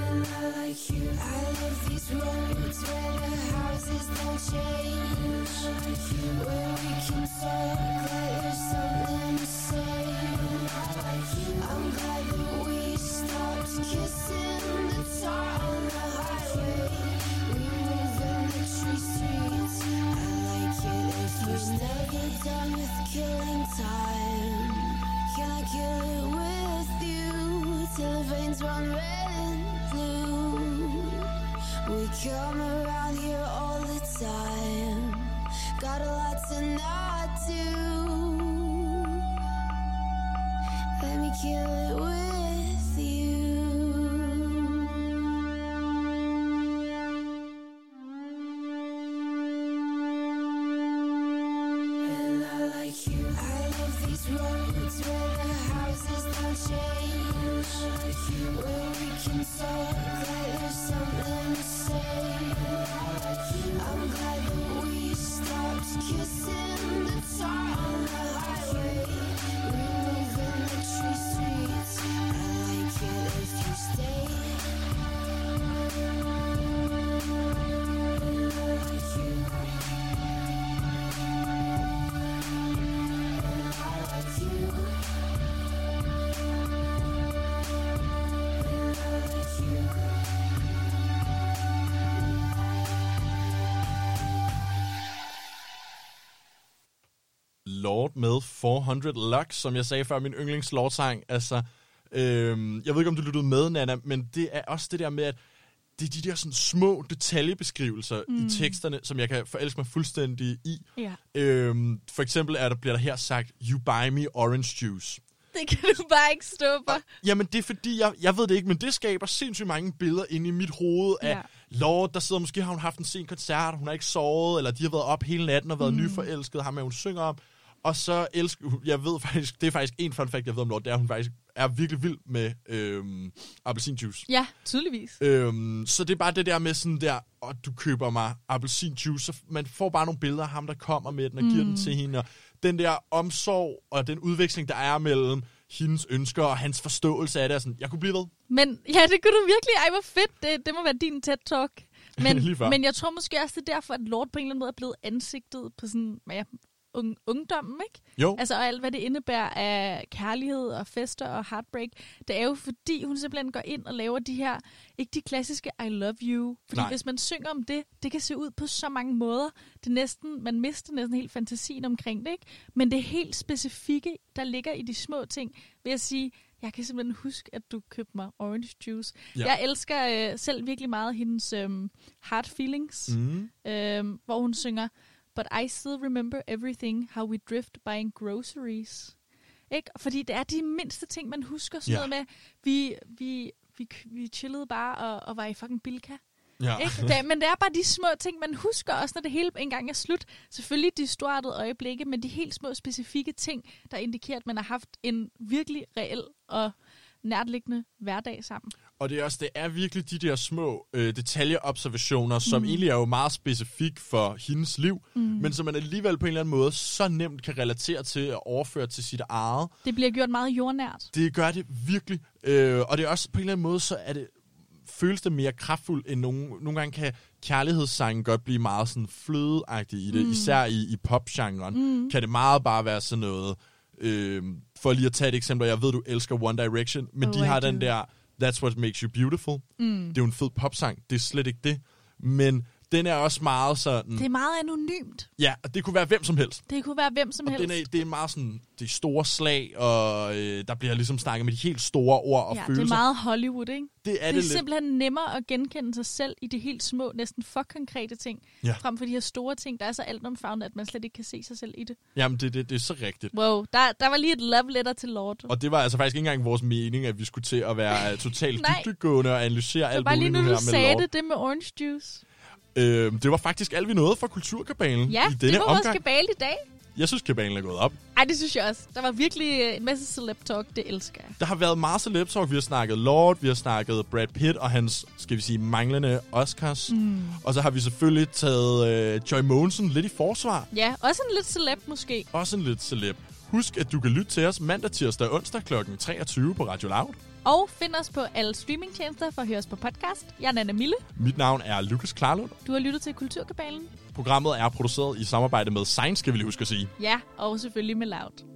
Speaker 5: And I like you. I love these roads where the houses don't change. Where we can talk like there's something to say. And I like you. I'm glad that we stopped kissing the tar on the highway. We move in the tree streets. I like it if you're never done with killing time. Can I kill it with you till the veins run red and blue? We come around here all the time. Got a lot to not do. Let me kill it with you. And I like you. I love these roads where the houses don't change. Where we can talk like there's something to say. And I like you. I'm glad that we stopped kissing the tar on the highway.
Speaker 2: Lord med 400 Lux, som jeg sagde før, min yndlings Lord-sang. Altså, øhm, jeg ved ikke, om du lyttede med, Nana, men det er også det der med, at det er de der sådan små detaljebeskrivelser mm. i teksterne, som jeg kan forelske mig fuldstændig i.
Speaker 1: Ja.
Speaker 2: Øhm, for eksempel er der, bliver der her sagt, you buy me orange juice.
Speaker 1: Det kan du bare ikke stå for.
Speaker 2: Jamen, det er fordi, jeg, jeg ved det ikke, men det skaber sindssygt mange billeder inde i mit hoved af,
Speaker 1: Ja.
Speaker 2: ja. Lord, der sidder, måske har hun haft en sen koncert, hun har ikke sovet, eller de har været op hele natten og været mm. nyforelskede, ham er hun synger om. Og så elsker hun- jeg ved faktisk, det er faktisk en fun fact, jeg ved om Lord, det er, at hun faktisk er virkelig vild med øhm, appelsinjuice.
Speaker 1: Ja, tydeligvis.
Speaker 2: Øhm, så det er bare det der med sådan der, og du køber mig appelsinjuice, så man får bare nogle billeder af ham, der kommer med den og giver den til hende, og den der omsorg og den udveksling, der er mellem hendes ønsker og hans forståelse af det, er sådan, jeg kunne blive ved.
Speaker 1: Men ja, det kunne du virkelig. Ej, hvor fedt. Det, det må være din TED-talk. Men,
Speaker 2: Lige før.
Speaker 1: men jeg tror måske også, det er derfor, at Lord på en eller anden måde er blevet ansigtet på sådan, ja, un, ungdommen, ikke?
Speaker 2: Jo,
Speaker 1: Altså og alt, hvad det indebærer af kærlighed og fester og heartbreak, det er jo fordi, hun simpelthen går ind og laver de her, ikke de klassiske I love you. Fordi Nej.
Speaker 2: Nej.
Speaker 1: hvis man synger om det, det kan se ud på så mange måder. Det er næsten, man mister næsten helt fantasien omkring det, ikke? Men det helt specifikke, der ligger i de små ting, vil jeg sige, jeg kan simpelthen huske, at du købte mig orange juice. Ja.
Speaker 2: Ja.
Speaker 1: Jeg elsker øh, selv virkelig meget hendes øh, heart feelings
Speaker 2: Mm.
Speaker 1: øhm, hvor hun synger, But I still remember everything, how we drift buying groceries. Ikke? Fordi det er de mindste ting, man husker. Sådan
Speaker 2: Ja.
Speaker 1: noget med, vi, vi, vi, vi chillede bare og, og var i fucking Bilka.
Speaker 2: Ja.
Speaker 1: Ikke? Det, er- men det er bare de små ting, man husker også, når det hele engang er slut. Selvfølgelig de storartede øjeblikke, men de helt små specifikke ting, der indikerer, at man har haft en virkelig reel og nærtliggende hverdag sammen.
Speaker 2: Og det er også, det er virkelig de der små øh, detaljeobservationer, som mm. egentlig er jo meget specifik for hendes liv, mm. men som man alligevel på en eller anden måde så nemt kan relatere til og overføre til sit eget.
Speaker 1: Det bliver gjort meget jordnært.
Speaker 2: Det gør det virkelig. Øh, og det er også på en eller anden måde, så er det, føles det mere kraftfuldt, end nogen, nogle gange kan kærlighedssangen godt blive meget sådan flødeagtig i det. Mm. Især i, i popgenren mm. kan det meget bare være sådan noget, øh, for lige at tage et eksempel, jeg ved, du elsker One Direction, men
Speaker 1: Oh,
Speaker 2: de
Speaker 1: I
Speaker 2: har
Speaker 1: do.
Speaker 2: den der, That's What Makes You Beautiful. Mm. Det er jo en fed popsang, det er slet ikke det. Men den er også meget sådan,
Speaker 1: Det
Speaker 2: det...
Speaker 1: er meget anonymt.
Speaker 2: ja, og det kunne være hvem som helst.
Speaker 1: Det kunne være hvem som
Speaker 2: Og
Speaker 1: helst.
Speaker 2: den er, det er meget sådan, det er store slag, og øh, der bliver ligesom snakket med de helt store ord og
Speaker 1: ja,
Speaker 2: følelser.
Speaker 1: det er meget Hollywood, ikke?
Speaker 2: det
Speaker 1: Er det,
Speaker 2: er det,
Speaker 1: det
Speaker 2: det
Speaker 1: er
Speaker 2: lidt.
Speaker 1: simpelthen nemmere at genkende sig selv i de helt små, næsten for konkrete ting,
Speaker 2: Ja.
Speaker 1: frem for de her store ting, der er så altomfavnende, at man slet ikke kan se sig selv i det.
Speaker 2: Jamen, det, det, det er så rigtigt.
Speaker 1: Wow, der, der var lige et love letter til Lord.
Speaker 2: Og det var altså faktisk ikke engang vores mening, at vi skulle til at være øh, totalt
Speaker 1: Nej.
Speaker 2: dybdegående og analysere
Speaker 1: Så
Speaker 2: alt
Speaker 1: bare lige
Speaker 2: muligt
Speaker 1: nu,
Speaker 2: nu her
Speaker 1: du
Speaker 2: med
Speaker 1: sagde
Speaker 2: lov.
Speaker 1: det, det med orange juice.
Speaker 2: Øhm, det var faktisk alt, vi nåede fra Kulturkabalen
Speaker 1: Ja,
Speaker 2: i
Speaker 1: det
Speaker 2: denne
Speaker 1: var
Speaker 2: omgang.
Speaker 1: vores kabale i dag.
Speaker 2: Jeg synes, kabalen er gået op.
Speaker 1: Ej, det synes jeg også. Der var virkelig øh, en masse celeb talk, det elsker jeg.
Speaker 2: Der har været meget celeb talk. Vi har snakket Lord, vi har snakket Brad Pitt og hans, skal vi sige, manglende Oscars. Mm. Og så har vi selvfølgelig taget øh, Joy Monsen lidt i forsvar.
Speaker 1: Ja, også en lidt celeb måske.
Speaker 2: også en lidt celeb. Husk, at du kan lytte til os mandag, tirsdag og onsdag kl. 23 på Radio Loud.
Speaker 1: Og find os på alle streamingtjenester for at høre os på podcast. Jeg er Nana Mille.
Speaker 2: Mit navn er Lukas Klarlund.
Speaker 1: Du har lyttet til Kulturkabalen.
Speaker 2: Programmet er produceret i samarbejde med Science, skal vi lige huske at sige.
Speaker 1: Ja, og selvfølgelig med Loud.